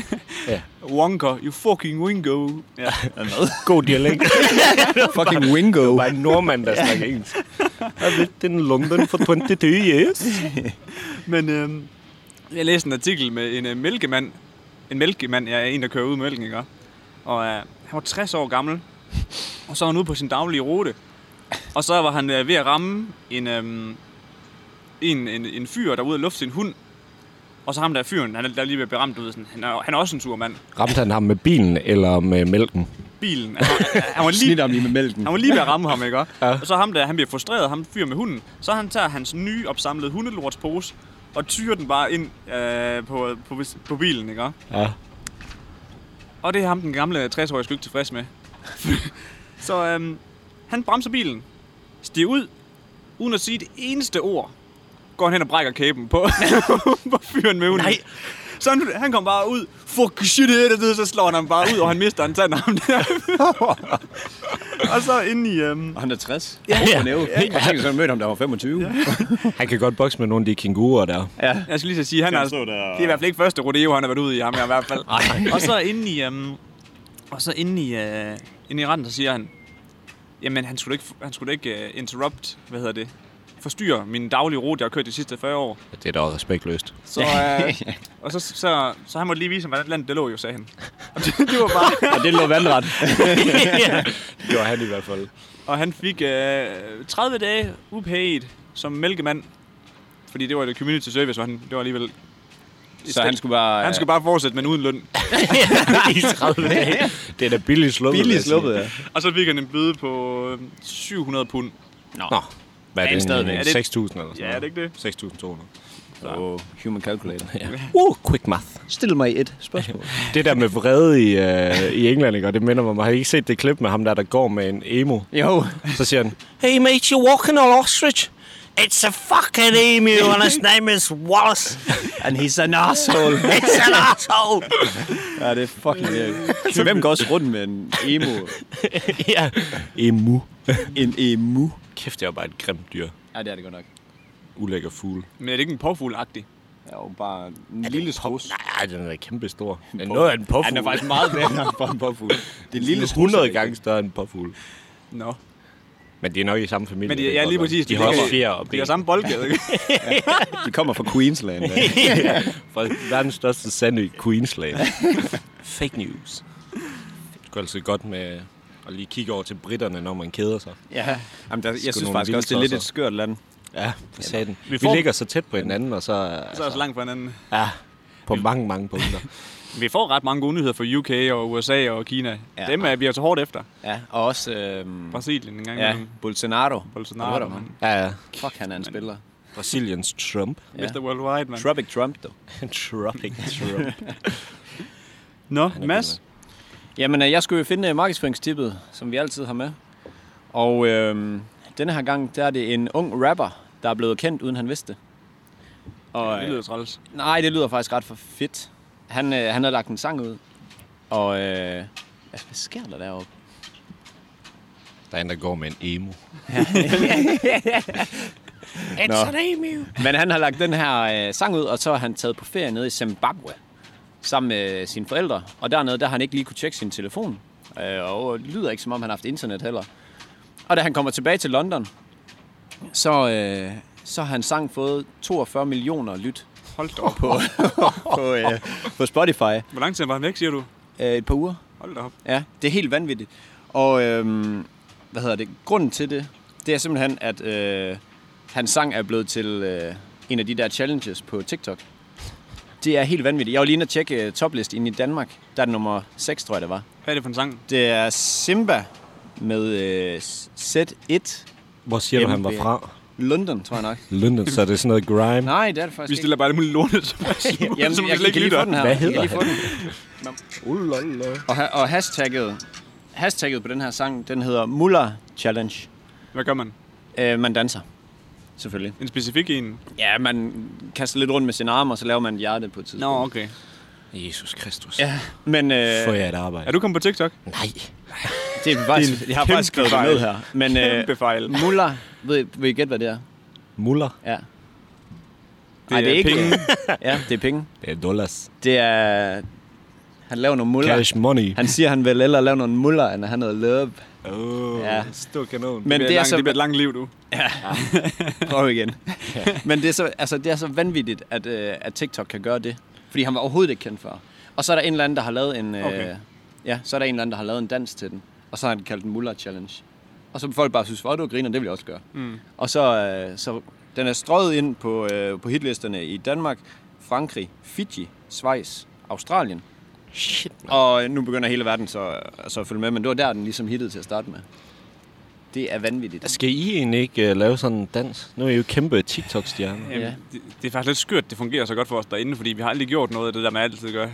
[SPEAKER 3] Wonka, you fucking wingo. Ja.
[SPEAKER 4] God [laughs] dialekt.
[SPEAKER 2] Fucking wingo.
[SPEAKER 4] Bare en nordmand, der snakker engelsk. Jeg ved, det er en London for 22 years.
[SPEAKER 3] Men øhm, jeg læste en artikel med en øh, mælkemand. En mælkemand, jeg er en, der kører ud med mælken, ikke? Og øh, han var 60 år gammel. Og så var han ude på sin daglige rute. Og så var han øh, ved at ramme en, øhm, en, en, en fyr, der er ude at lufte sin hund. Og så ham der fyren, han er der er lige ved at blive ramt, du ved, sådan, han, er, han er også en sur mand.
[SPEAKER 4] Ramte han ham med bilen eller med mælken?
[SPEAKER 3] Bilen, altså, han, han, var lige,
[SPEAKER 2] Snit om lige med mælken.
[SPEAKER 3] han var lige ved at ramme ham, ikke? Ja. Og så ham der, han bliver frustreret, ham fyr med hunden. Så han tager hans nye opsamlede hundelortspose og tyrer den bare ind øh, på, på, på bilen, ikke?
[SPEAKER 4] Ja.
[SPEAKER 3] Og det er ham, den gamle 60-årige, sgu ikke tilfreds med. [laughs] så øhm, han bremser bilen, stiger ud, uden at sige det eneste ord, går han hen og brækker kæben på, [laughs] på fyren med hunden. Nej. Så han, han kom bare ud, fuck shit, det er det, så slår han ham bare ud, og han mister en tand ham der. [laughs] og så inde i... Øhm,
[SPEAKER 2] Og han er 60. Ja, ja. ja. Jeg tænkte, så jeg mødte ham, der var 25. Ja.
[SPEAKER 4] Han kan godt bokse med nogle af de kænguruer der.
[SPEAKER 3] jeg skal lige så sige, han er, det er i hvert fald ikke første rodeo, han har været ude i ham her, i hvert fald. og så inde i, øhm, og så inde i, øh, inde i retten, så siger han, jamen han skulle da ikke, han skulle da ikke øh, interrupt, hvad hedder det, forstyrre min daglige rute, jeg har kørt de sidste 40 år.
[SPEAKER 4] Det er da også respektløst.
[SPEAKER 3] Så, øh, og så, så, så han måtte lige vise ham, hvordan landet det lå jo, sagde han. Og det, det var bare,
[SPEAKER 2] Og det lå vandret.
[SPEAKER 4] [laughs] Det gjorde han i hvert fald.
[SPEAKER 3] og han fik øh, 30 dage upaid som mælkemand, fordi det var det community service, og han, det var alligevel...
[SPEAKER 2] Så han skulle bare...
[SPEAKER 3] han skulle bare fortsætte, men uden løn.
[SPEAKER 4] I 30 dage. Det er da billigt sluppet. altså. vil
[SPEAKER 2] billigt
[SPEAKER 4] jeg sige.
[SPEAKER 2] sluppet, ja.
[SPEAKER 3] Og så fik han en bøde på øh, 700 pund.
[SPEAKER 4] Nå, hvad er
[SPEAKER 2] Men
[SPEAKER 4] det?
[SPEAKER 2] stadigvæk.
[SPEAKER 4] en-
[SPEAKER 3] Er
[SPEAKER 4] en
[SPEAKER 3] det-
[SPEAKER 4] 6.000 eller sådan
[SPEAKER 3] Ja, er det ikke det?
[SPEAKER 4] 6.200.
[SPEAKER 2] Oh, human calculator. Ja.
[SPEAKER 4] Uh, quick math.
[SPEAKER 2] Stil mig et spørgsmål.
[SPEAKER 4] Det der med vrede i, øh, i England, ikke? Og det minder mig om, har I ikke set det klip med ham der, der går med en emo?
[SPEAKER 2] [laughs] jo.
[SPEAKER 4] Så siger han, Hey mate, you're walking on ostrich. It's a fucking emu, and his name is Wallace.
[SPEAKER 2] And he's an asshole.
[SPEAKER 4] It's an asshole.
[SPEAKER 2] ja, det er fucking virkelig. Så hvem går også rundt med en emo?
[SPEAKER 4] ja. Emu.
[SPEAKER 2] En emu?
[SPEAKER 4] Kæft, det var bare et grimt dyr.
[SPEAKER 2] Ja, det er det godt nok.
[SPEAKER 4] Ulækker fugl.
[SPEAKER 3] Men er det ikke en påfuglagtig?
[SPEAKER 2] er jo bare en lille strus.
[SPEAKER 4] Nej, ej, den er kæmpe stor. [laughs] Den er noget af en
[SPEAKER 2] Ja,
[SPEAKER 4] påfugl.
[SPEAKER 2] den er faktisk meget værre for en påfugl. Det er
[SPEAKER 4] en lille 100 gange større end en påfugl.
[SPEAKER 3] Nå.
[SPEAKER 4] Men de er nok i samme familie.
[SPEAKER 3] Men
[SPEAKER 4] det
[SPEAKER 3] de,
[SPEAKER 4] kan
[SPEAKER 3] ja,
[SPEAKER 4] godt
[SPEAKER 3] lige
[SPEAKER 4] være.
[SPEAKER 3] præcis.
[SPEAKER 4] De, har også
[SPEAKER 3] ligger-
[SPEAKER 4] fjer og
[SPEAKER 3] De
[SPEAKER 4] ben.
[SPEAKER 3] har samme boldgade, [laughs] ikke?
[SPEAKER 2] De kommer fra Queensland. Ja.
[SPEAKER 4] Fra verdens største sandø, [laughs] Queensland. Fake news. Det går altid godt med at lige kigge over til britterne, når man keder sig.
[SPEAKER 2] [laughs] ja. Jamen, der, jeg
[SPEAKER 4] Sgu
[SPEAKER 2] synes
[SPEAKER 4] nogle
[SPEAKER 2] faktisk
[SPEAKER 4] vilde
[SPEAKER 2] også, det er lidt et
[SPEAKER 4] tosser.
[SPEAKER 2] skørt land.
[SPEAKER 4] Ja, for satan. Vi,
[SPEAKER 3] får-
[SPEAKER 4] vi ligger så tæt på hinanden, og så...
[SPEAKER 3] Så er det så langt fra hinanden.
[SPEAKER 4] Ja, på mange, mange punkter. [laughs]
[SPEAKER 3] Vi får ret mange gode nyheder fra UK og USA og Kina.
[SPEAKER 2] Ja.
[SPEAKER 3] Ja. Dem er vi altså hårdt efter.
[SPEAKER 2] Ja, og også... Øhm,
[SPEAKER 3] Brasilien en gang
[SPEAKER 2] ja,
[SPEAKER 3] imellem.
[SPEAKER 2] Bolsonaro.
[SPEAKER 3] Bolsonaro,
[SPEAKER 2] Hvad var det,
[SPEAKER 3] mand.
[SPEAKER 4] Ja, ja.
[SPEAKER 2] Fuck, han er en spiller.
[SPEAKER 4] Brasiliens Trump.
[SPEAKER 2] Ja.
[SPEAKER 3] Mr. Worldwide, mand.
[SPEAKER 2] Tropic Trump, dog.
[SPEAKER 4] Tropic [laughs] Trump.
[SPEAKER 3] Nå,
[SPEAKER 4] Han er
[SPEAKER 3] Mads.
[SPEAKER 2] Jamen, øh, jeg skulle jo finde øh, markedsføringstippet, som vi altid har med. Og øhm, denne her gang, der er det en ung rapper, der er blevet kendt, uden han vidste det. Og, øh,
[SPEAKER 3] Det lyder træls.
[SPEAKER 2] Nej, det lyder faktisk ret for fedt. Han, øh, han har lagt en sang ud. Og øh, altså, hvad sker der deroppe?
[SPEAKER 4] Der er en, der går med en emo.
[SPEAKER 2] Nå. Men han har lagt den her øh, sang ud, og så har han taget på ferie nede i Zimbabwe sammen med sine forældre. Og dernede, der har han ikke lige kunne tjekke sin telefon. Øh, og det lyder ikke, som om han har haft internet heller. Og da han kommer tilbage til London, så, øh, så har han sang fået 42 millioner lyt
[SPEAKER 3] Hold da op.
[SPEAKER 2] på, øh, på Spotify
[SPEAKER 3] Hvor lang tid var han væk, siger du?
[SPEAKER 2] øh, et par uger.
[SPEAKER 3] Hold da op.
[SPEAKER 2] Ja, det er helt vanvittigt. Og øhm, hvad hedder det? Grunden til det, det er simpelthen, at øh, hans sang er blevet til øh, en af de der challenges på TikTok. Det er helt vanvittigt. Jeg var lige inde og tjekke øh, toplisten i Danmark. Der er det nummer 6, tror jeg, det var.
[SPEAKER 3] Hvad er det for en sang?
[SPEAKER 2] Det er Simba med øh, Z1
[SPEAKER 4] Hvor siger du, han var
[SPEAKER 2] MB.
[SPEAKER 4] fra?
[SPEAKER 2] London, tror jeg nok.
[SPEAKER 4] London, så er det sådan noget grime.
[SPEAKER 2] [laughs] Nej, det er det faktisk
[SPEAKER 3] Vi stiller bare det mulige lortet, [laughs] som, som,
[SPEAKER 2] Jamen,
[SPEAKER 3] som
[SPEAKER 2] jeg,
[SPEAKER 3] slet
[SPEAKER 2] jeg
[SPEAKER 3] ikke
[SPEAKER 2] kan lige få
[SPEAKER 3] lytter.
[SPEAKER 2] den her.
[SPEAKER 4] Hvad
[SPEAKER 2] Jeg kan
[SPEAKER 4] hedder
[SPEAKER 2] lige få den. Og, ha- og hashtagget, hashtagget på den her sang, den hedder Muller Challenge.
[SPEAKER 3] Hvad gør man?
[SPEAKER 2] Øh, man danser, selvfølgelig.
[SPEAKER 3] En specifik en?
[SPEAKER 2] Ja, man kaster lidt rundt med sin arm, og så laver man et hjerte på et
[SPEAKER 3] Nå,
[SPEAKER 2] tidspunkt.
[SPEAKER 3] okay.
[SPEAKER 4] Jesus Kristus.
[SPEAKER 2] Ja, men øh,
[SPEAKER 4] Får jeg et arbejde?
[SPEAKER 3] Er du kommet på TikTok?
[SPEAKER 4] Nej.
[SPEAKER 2] det er faktisk, jeg har
[SPEAKER 3] kæmpe
[SPEAKER 2] faktisk skrevet det
[SPEAKER 3] fejl.
[SPEAKER 2] ned her. Men
[SPEAKER 3] Kæmpe
[SPEAKER 2] øh,
[SPEAKER 3] fejl.
[SPEAKER 2] Muller, ved, I- vil I gætte, hvad det er?
[SPEAKER 4] Muller.
[SPEAKER 2] Ja.
[SPEAKER 3] Det er penge.
[SPEAKER 2] [laughs] ja, det er penge.
[SPEAKER 4] Det er dollars.
[SPEAKER 2] Det er... Han laver nogle muller.
[SPEAKER 4] Cash money.
[SPEAKER 2] Han siger, han vil eller lave nogle muller, end at have noget love.
[SPEAKER 4] Oh,
[SPEAKER 2] Ja.
[SPEAKER 4] stor kanon.
[SPEAKER 2] Men
[SPEAKER 3] det,
[SPEAKER 2] det er
[SPEAKER 3] langt,
[SPEAKER 2] så-
[SPEAKER 3] det bliver et langt liv, du.
[SPEAKER 2] Prøv
[SPEAKER 3] [laughs]
[SPEAKER 2] igen. Men det er så, altså, det er så vanvittigt, at, øh, at TikTok kan gøre det. Fordi han var overhovedet ikke kendt før. Og så er der en eller anden, der har lavet en... Øh,
[SPEAKER 3] Okay.
[SPEAKER 2] Ja, så er der en eller anden, der har lavet en dans til den. Og så har han kaldt den Muller Challenge. Og så vil folk bare synes, hvor du griner, det vil jeg også gøre. Mm. Og så, øh, så den er strøget ind på, øh, på hitlisterne i Danmark, Frankrig, Fiji, Schweiz, Australien.
[SPEAKER 4] Shit.
[SPEAKER 2] Og øh, nu begynder hele verden så, så at følge med, men det var der, den ligesom hittede til at starte med. Det er vanvittigt.
[SPEAKER 4] Skal I egentlig ikke uh, lave sådan en dans? Nu er I jo kæmpe TikTok-stjerner.
[SPEAKER 3] Jamen,
[SPEAKER 2] Ja.
[SPEAKER 3] ja. det, det er faktisk lidt skørt, det fungerer så godt for os derinde, fordi vi har aldrig gjort noget af det, der man altid gør.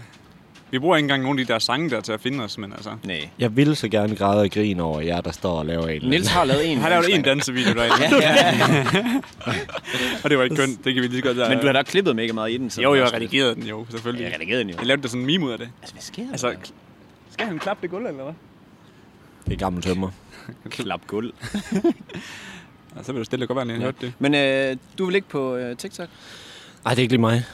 [SPEAKER 3] Vi bruger ikke engang nogen af de der sange der til at finde os, men altså...
[SPEAKER 2] Nej.
[SPEAKER 4] Jeg ville så gerne græde og grine over jer, der står og laver en.
[SPEAKER 2] Nils har lavet en.
[SPEAKER 3] Han har lavet en dansevideo derinde,
[SPEAKER 2] Ja, ja.
[SPEAKER 3] [laughs] og det var ikke kønt, det kan vi lige så godt lade.
[SPEAKER 2] Men du har da klippet mega meget i den. Så
[SPEAKER 3] Jo,
[SPEAKER 2] den
[SPEAKER 3] jo,
[SPEAKER 2] er
[SPEAKER 3] jeg
[SPEAKER 2] også-
[SPEAKER 3] redigerede den jo, selvfølgelig.
[SPEAKER 2] Jeg redigerede den jo.
[SPEAKER 3] Jeg lavede da sådan en meme ud af det.
[SPEAKER 2] Altså, hvad sker der?
[SPEAKER 3] Altså, kl- skal han klappe det gulv, eller hvad?
[SPEAKER 4] Det er gammel tømmer.
[SPEAKER 2] klap gulv.
[SPEAKER 3] Ja, så vil det stille godt være, at han hørte det.
[SPEAKER 2] Men øh, du vil ikke på øh, TikTok?
[SPEAKER 4] Nej, det er ikke lige mig.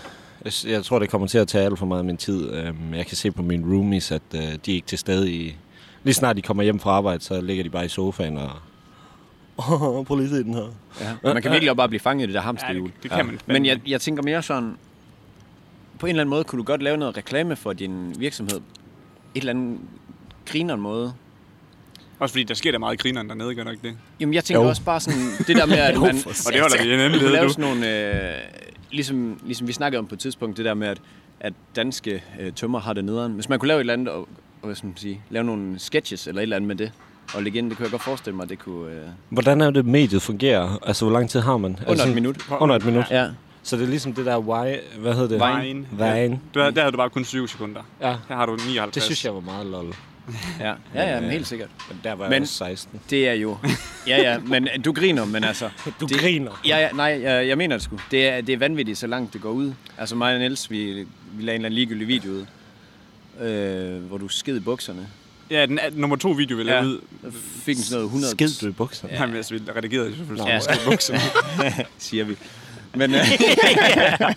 [SPEAKER 4] Jeg, s- jeg tror, det kommer til at tage alt for meget af min tid. Øhm, Jeg kan se på mine roomies, at øh, de er ikke til stede i... Lige snart de kommer hjem fra arbejde, så ligger de bare i sofaen og... Åh, [laughs] prøv lige at se den her.
[SPEAKER 2] Ja. Man kan virkelig også bare blive fanget i det der hamsterhjul.
[SPEAKER 3] Ja, det- det kan man fandme.
[SPEAKER 2] Men jeg, jeg tænker mere sådan, på en eller anden måde kunne du godt lave noget reklame for din virksomhed. Et eller andet grineren måde.
[SPEAKER 3] Også fordi der sker der meget grineren dernede, gør nok ikke det?
[SPEAKER 2] Jamen, jeg tænker
[SPEAKER 4] Jo.
[SPEAKER 2] også bare sådan, det der med,
[SPEAKER 3] [laughs]
[SPEAKER 2] at man...
[SPEAKER 3] Og det holder vi i en hemmelighed,
[SPEAKER 2] Du kan lave
[SPEAKER 3] du.
[SPEAKER 2] sådan nogle... Øh, ligesom, ligesom vi snakkede om på et tidspunkt, det der med, at, at danske øh, tømmer har det nederen. Hvis man kunne lave et eller andet, og, og hvad skal man sige, lave nogle sketches eller et eller andet med det, og lægge ind, det kunne jeg godt forestille mig, det kunne... Øh,
[SPEAKER 4] Hvordan er det, mediet fungerer? Altså, hvor lang tid har man?
[SPEAKER 2] et
[SPEAKER 4] altså,
[SPEAKER 2] minut.
[SPEAKER 4] Under et minut. Ja.
[SPEAKER 2] ja.
[SPEAKER 4] Så det er ligesom det der why... Hvad hedder det?
[SPEAKER 2] Vine.
[SPEAKER 4] Vine.
[SPEAKER 3] Du, har- der havde du bare kun 7 sekunder.
[SPEAKER 4] Ja.
[SPEAKER 3] Her har du 59.
[SPEAKER 4] Det synes jeg var meget lol.
[SPEAKER 2] Ja, ja, ja men helt sikkert.
[SPEAKER 3] øh,
[SPEAKER 4] Men der var
[SPEAKER 2] Men-
[SPEAKER 4] jeg også 16.
[SPEAKER 2] Det er jo... Ja, ja, men øh, du griner, men
[SPEAKER 3] [laughs]
[SPEAKER 2] altså...
[SPEAKER 4] Du
[SPEAKER 2] det,
[SPEAKER 4] griner.
[SPEAKER 2] Ja, ja, nej, jeg, jeg mener det sgu. Det er, det er vanvittigt, så langt det går ud. Altså mig og Niels, vi, vi lagde en eller anden ligegyldig video ud, øh, hvor du sked i bukserne.
[SPEAKER 3] Ja, den er, nummer to video, vi lavede ud.
[SPEAKER 2] Der Fik en sådan noget 100...
[SPEAKER 4] Skid du i bukserne? [laughs]
[SPEAKER 3] Ja. Jamen, altså, vi redigerede det selvfølgelig.
[SPEAKER 2] Ja.
[SPEAKER 3] Ja.
[SPEAKER 2] siger vi. Men, øh,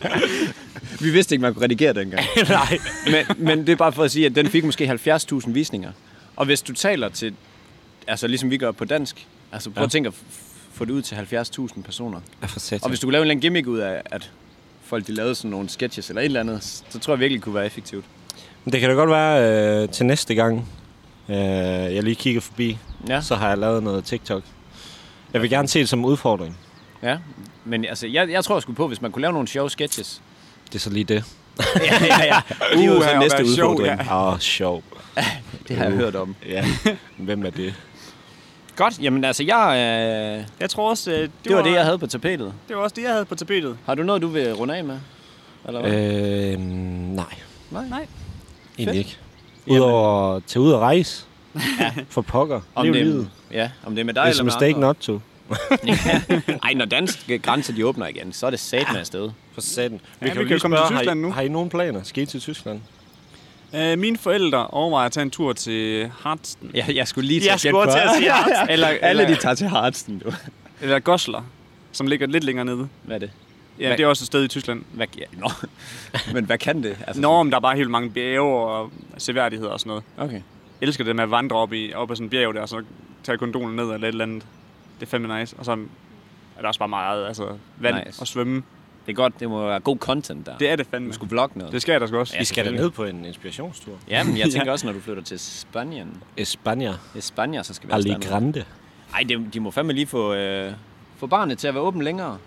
[SPEAKER 2] [laughs] Vi vidste ikke, man kunne redigere dengang.
[SPEAKER 3] Nej.
[SPEAKER 2] men, men det er bare for at sige, at den fik måske 70.000 visninger. Og hvis du taler til, altså ligesom vi gør på dansk, altså prøv ja. at tænke at f- få det ud til 70.000 personer.
[SPEAKER 4] Ja, for satan.
[SPEAKER 2] Og hvis du kunne lave en eller anden gimmick ud af, at folk de lavede sådan nogle sketches eller et eller andet, så tror jeg virkelig, det kunne være effektivt.
[SPEAKER 4] Men Det kan da godt være øh, til næste gang, øh, jeg lige kigger forbi,
[SPEAKER 2] Ja,
[SPEAKER 4] så har jeg lavet noget TikTok. Jeg vil gerne se det som udfordring.
[SPEAKER 2] ja. Men altså, jeg, jeg tror sgu på, hvis man kunne lave nogle sjove sketches.
[SPEAKER 4] Det er så lige det.
[SPEAKER 2] ja, ja, [laughs] ja.
[SPEAKER 4] Lige ud
[SPEAKER 3] Uha,
[SPEAKER 4] til
[SPEAKER 3] og
[SPEAKER 4] næste
[SPEAKER 3] være sjov,
[SPEAKER 4] udfordring. Åh, ja. oh, sjov.
[SPEAKER 2] Det har jeg
[SPEAKER 4] Uh.
[SPEAKER 2] hørt om. [laughs]
[SPEAKER 4] Ja. Hvem er det?
[SPEAKER 2] Godt, jamen altså, jeg, øh, det,
[SPEAKER 3] Jeg tror også, øh, det,
[SPEAKER 2] det var, det, jeg havde på tapetet.
[SPEAKER 3] det var også det, jeg havde på tapetet.
[SPEAKER 2] Har du noget, du vil runde af med? Eller hvad?
[SPEAKER 4] Øh, nej,
[SPEAKER 2] Nej. Nej. Fedt.
[SPEAKER 4] egentlig ikke. Udover at tage ud og rejse. For pokker.
[SPEAKER 2] Om
[SPEAKER 4] Lev
[SPEAKER 2] det,
[SPEAKER 4] livet.
[SPEAKER 2] Ja, om det er med dig
[SPEAKER 4] It's
[SPEAKER 2] eller
[SPEAKER 4] a
[SPEAKER 2] med
[SPEAKER 4] mistake
[SPEAKER 2] andre.
[SPEAKER 4] not to.
[SPEAKER 2] Ej, når danske grænser de åbner igen, så er det satan ja. afsted.
[SPEAKER 4] For satan. Vi
[SPEAKER 3] vi
[SPEAKER 4] kan jo
[SPEAKER 3] kan
[SPEAKER 4] lige
[SPEAKER 3] komme til
[SPEAKER 4] spørge, har I,
[SPEAKER 3] Tyskland nu.
[SPEAKER 4] har I nogen planer? Skal I til Tyskland?
[SPEAKER 3] Øh, mine forældre overvejer at tage en tur til Hartsten.
[SPEAKER 2] Jeg, jeg skulle lige til
[SPEAKER 3] Jeg
[SPEAKER 2] at gætte
[SPEAKER 3] skulle
[SPEAKER 2] på.
[SPEAKER 3] til at
[SPEAKER 2] [laughs]
[SPEAKER 3] sige Harzen.
[SPEAKER 2] eller,
[SPEAKER 3] Alle
[SPEAKER 2] eller,
[SPEAKER 3] de
[SPEAKER 2] tager til Harzen, du.
[SPEAKER 3] Eller Goslar, som ligger lidt længere nede.
[SPEAKER 2] Hvad er det?
[SPEAKER 3] Ja,
[SPEAKER 2] Hvad-
[SPEAKER 3] det er også et sted i Tyskland.
[SPEAKER 2] Hvad, ja, nå. [laughs] Men hvad kan det? Altså,
[SPEAKER 3] Nå, men der er bare helt vildt mange bjerge og seværdigheder og sådan noget.
[SPEAKER 2] Okay.
[SPEAKER 3] Jeg elsker det med at vandre op, i, op ad sådan en bjerg der, og så tage kondolen ned eller et eller andet. Det er fandme nice. Og så er der også bare meget altså, vand
[SPEAKER 2] Nice.
[SPEAKER 3] nice. og svømme.
[SPEAKER 2] Det er godt, det må være god content der.
[SPEAKER 3] Det er det fandme.
[SPEAKER 2] Du skulle vlogge noget.
[SPEAKER 3] Det skal jeg da sgu også.
[SPEAKER 2] Ja,
[SPEAKER 4] I skal da
[SPEAKER 2] selvfølgelig.
[SPEAKER 4] ned på en inspirationstur.
[SPEAKER 2] Ja,
[SPEAKER 3] [laughs]
[SPEAKER 2] men jeg tænker også, når du flytter til Spanien.
[SPEAKER 4] Espanja.
[SPEAKER 2] I Spanien, så skal vi også derned.
[SPEAKER 4] Grande.
[SPEAKER 2] Ej, det, de må fandme lige få, øh, få barnet til at være åben længere.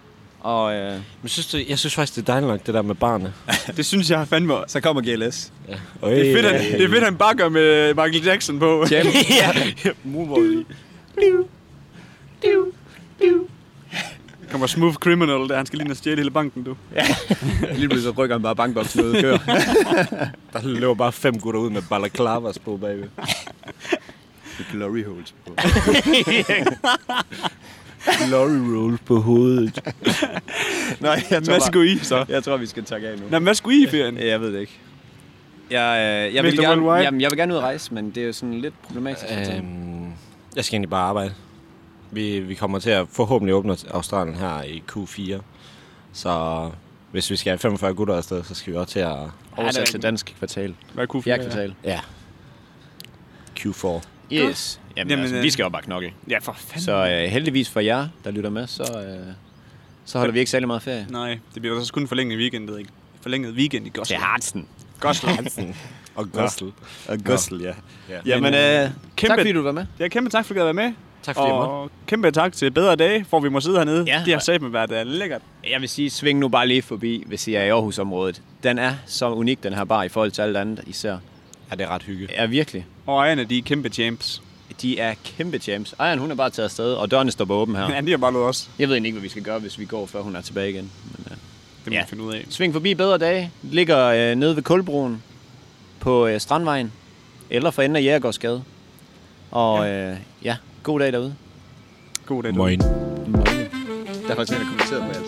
[SPEAKER 2] Og øh,
[SPEAKER 4] Men synes du, jeg synes faktisk, det er dejligt nok, det der med barnet.
[SPEAKER 3] Det synes jeg fandme også.
[SPEAKER 2] så kommer GLS.
[SPEAKER 4] Øj,
[SPEAKER 3] Det er fedt, at, det er fedt, at han bare gør med Michael Jackson på. [laughs]
[SPEAKER 2] Jam. [laughs]
[SPEAKER 3] Kommer Smooth Criminal, der han skal lige ned og stjæle hele banken, du.
[SPEAKER 2] Lige pludselig så rykker han bare bankboksen ud og kører.
[SPEAKER 4] Der løber bare fem gutter ud med balaklavas på, baby.
[SPEAKER 2] [laughs] Glory holes på.
[SPEAKER 4] Glory rolls på hovedet.
[SPEAKER 2] Nej, jeg tror,
[SPEAKER 3] Hvad
[SPEAKER 2] bare,
[SPEAKER 3] skulle I så?
[SPEAKER 2] jeg tror, vi skal takke af nu.
[SPEAKER 3] Nå, men hvad skulle I i ferien?
[SPEAKER 2] Ja, Jeg ved det ikke. Jeg, øh, jeg,
[SPEAKER 3] Mr.
[SPEAKER 2] vil gerne,
[SPEAKER 3] Worldwide?
[SPEAKER 2] jamen, jeg vil gerne ud og rejse, men det er jo sådan lidt problematisk. Øhm.
[SPEAKER 4] øhm, jeg skal egentlig bare arbejde. Vi, vi kommer til at forhåbentlig åbne Australien her i Q4. Så hvis vi skal have 45 gutter afsted, så skal vi også til
[SPEAKER 2] Øh,
[SPEAKER 4] at...
[SPEAKER 2] Oversat
[SPEAKER 3] rigtigt.
[SPEAKER 2] til dansk kvartal.
[SPEAKER 3] Hvad kunne
[SPEAKER 2] Fjerde kvartal.
[SPEAKER 4] Ja. Q4.
[SPEAKER 2] Yes. Jamen,
[SPEAKER 3] Jamen,
[SPEAKER 2] Jamen altså,
[SPEAKER 3] øh,
[SPEAKER 2] vi skal jo bare knokle.
[SPEAKER 3] Ja, for fanden.
[SPEAKER 2] Så øh, heldigvis for jer, der lytter med, så, øh, så holder vi ikke særlig meget ferie.
[SPEAKER 3] Nej, det bliver så kun en forlænget weekend, ikke? Forlænget weekend i
[SPEAKER 2] Til
[SPEAKER 3] Goslar.
[SPEAKER 2] Hartsen.
[SPEAKER 3] Goslar.
[SPEAKER 4] [laughs] Og Gøstel.
[SPEAKER 2] Og Gussel, ja.
[SPEAKER 4] Ja.
[SPEAKER 2] Jamen, øh,
[SPEAKER 3] Kæmpe,
[SPEAKER 2] tak fordi du var med.
[SPEAKER 3] ja, kæmpe tak, fordi du har været med.
[SPEAKER 4] Tak fordi jeg måtte.
[SPEAKER 3] Og kæmpe tak til Bedre Dage, for vi må sidde hernede.
[SPEAKER 2] Ja.
[SPEAKER 3] De har sagt med, hvad det er lækkert.
[SPEAKER 2] Jeg vil sige, sving nu bare lige forbi, hvis I er i Aarhusområdet. Den er så unik, den her bar, i forhold til alt andet især.
[SPEAKER 4] Ja, det er ret hygge.
[SPEAKER 2] Er virkelig.
[SPEAKER 3] Og ejerne, de er kæmpe champs.
[SPEAKER 2] øh, øh, øh,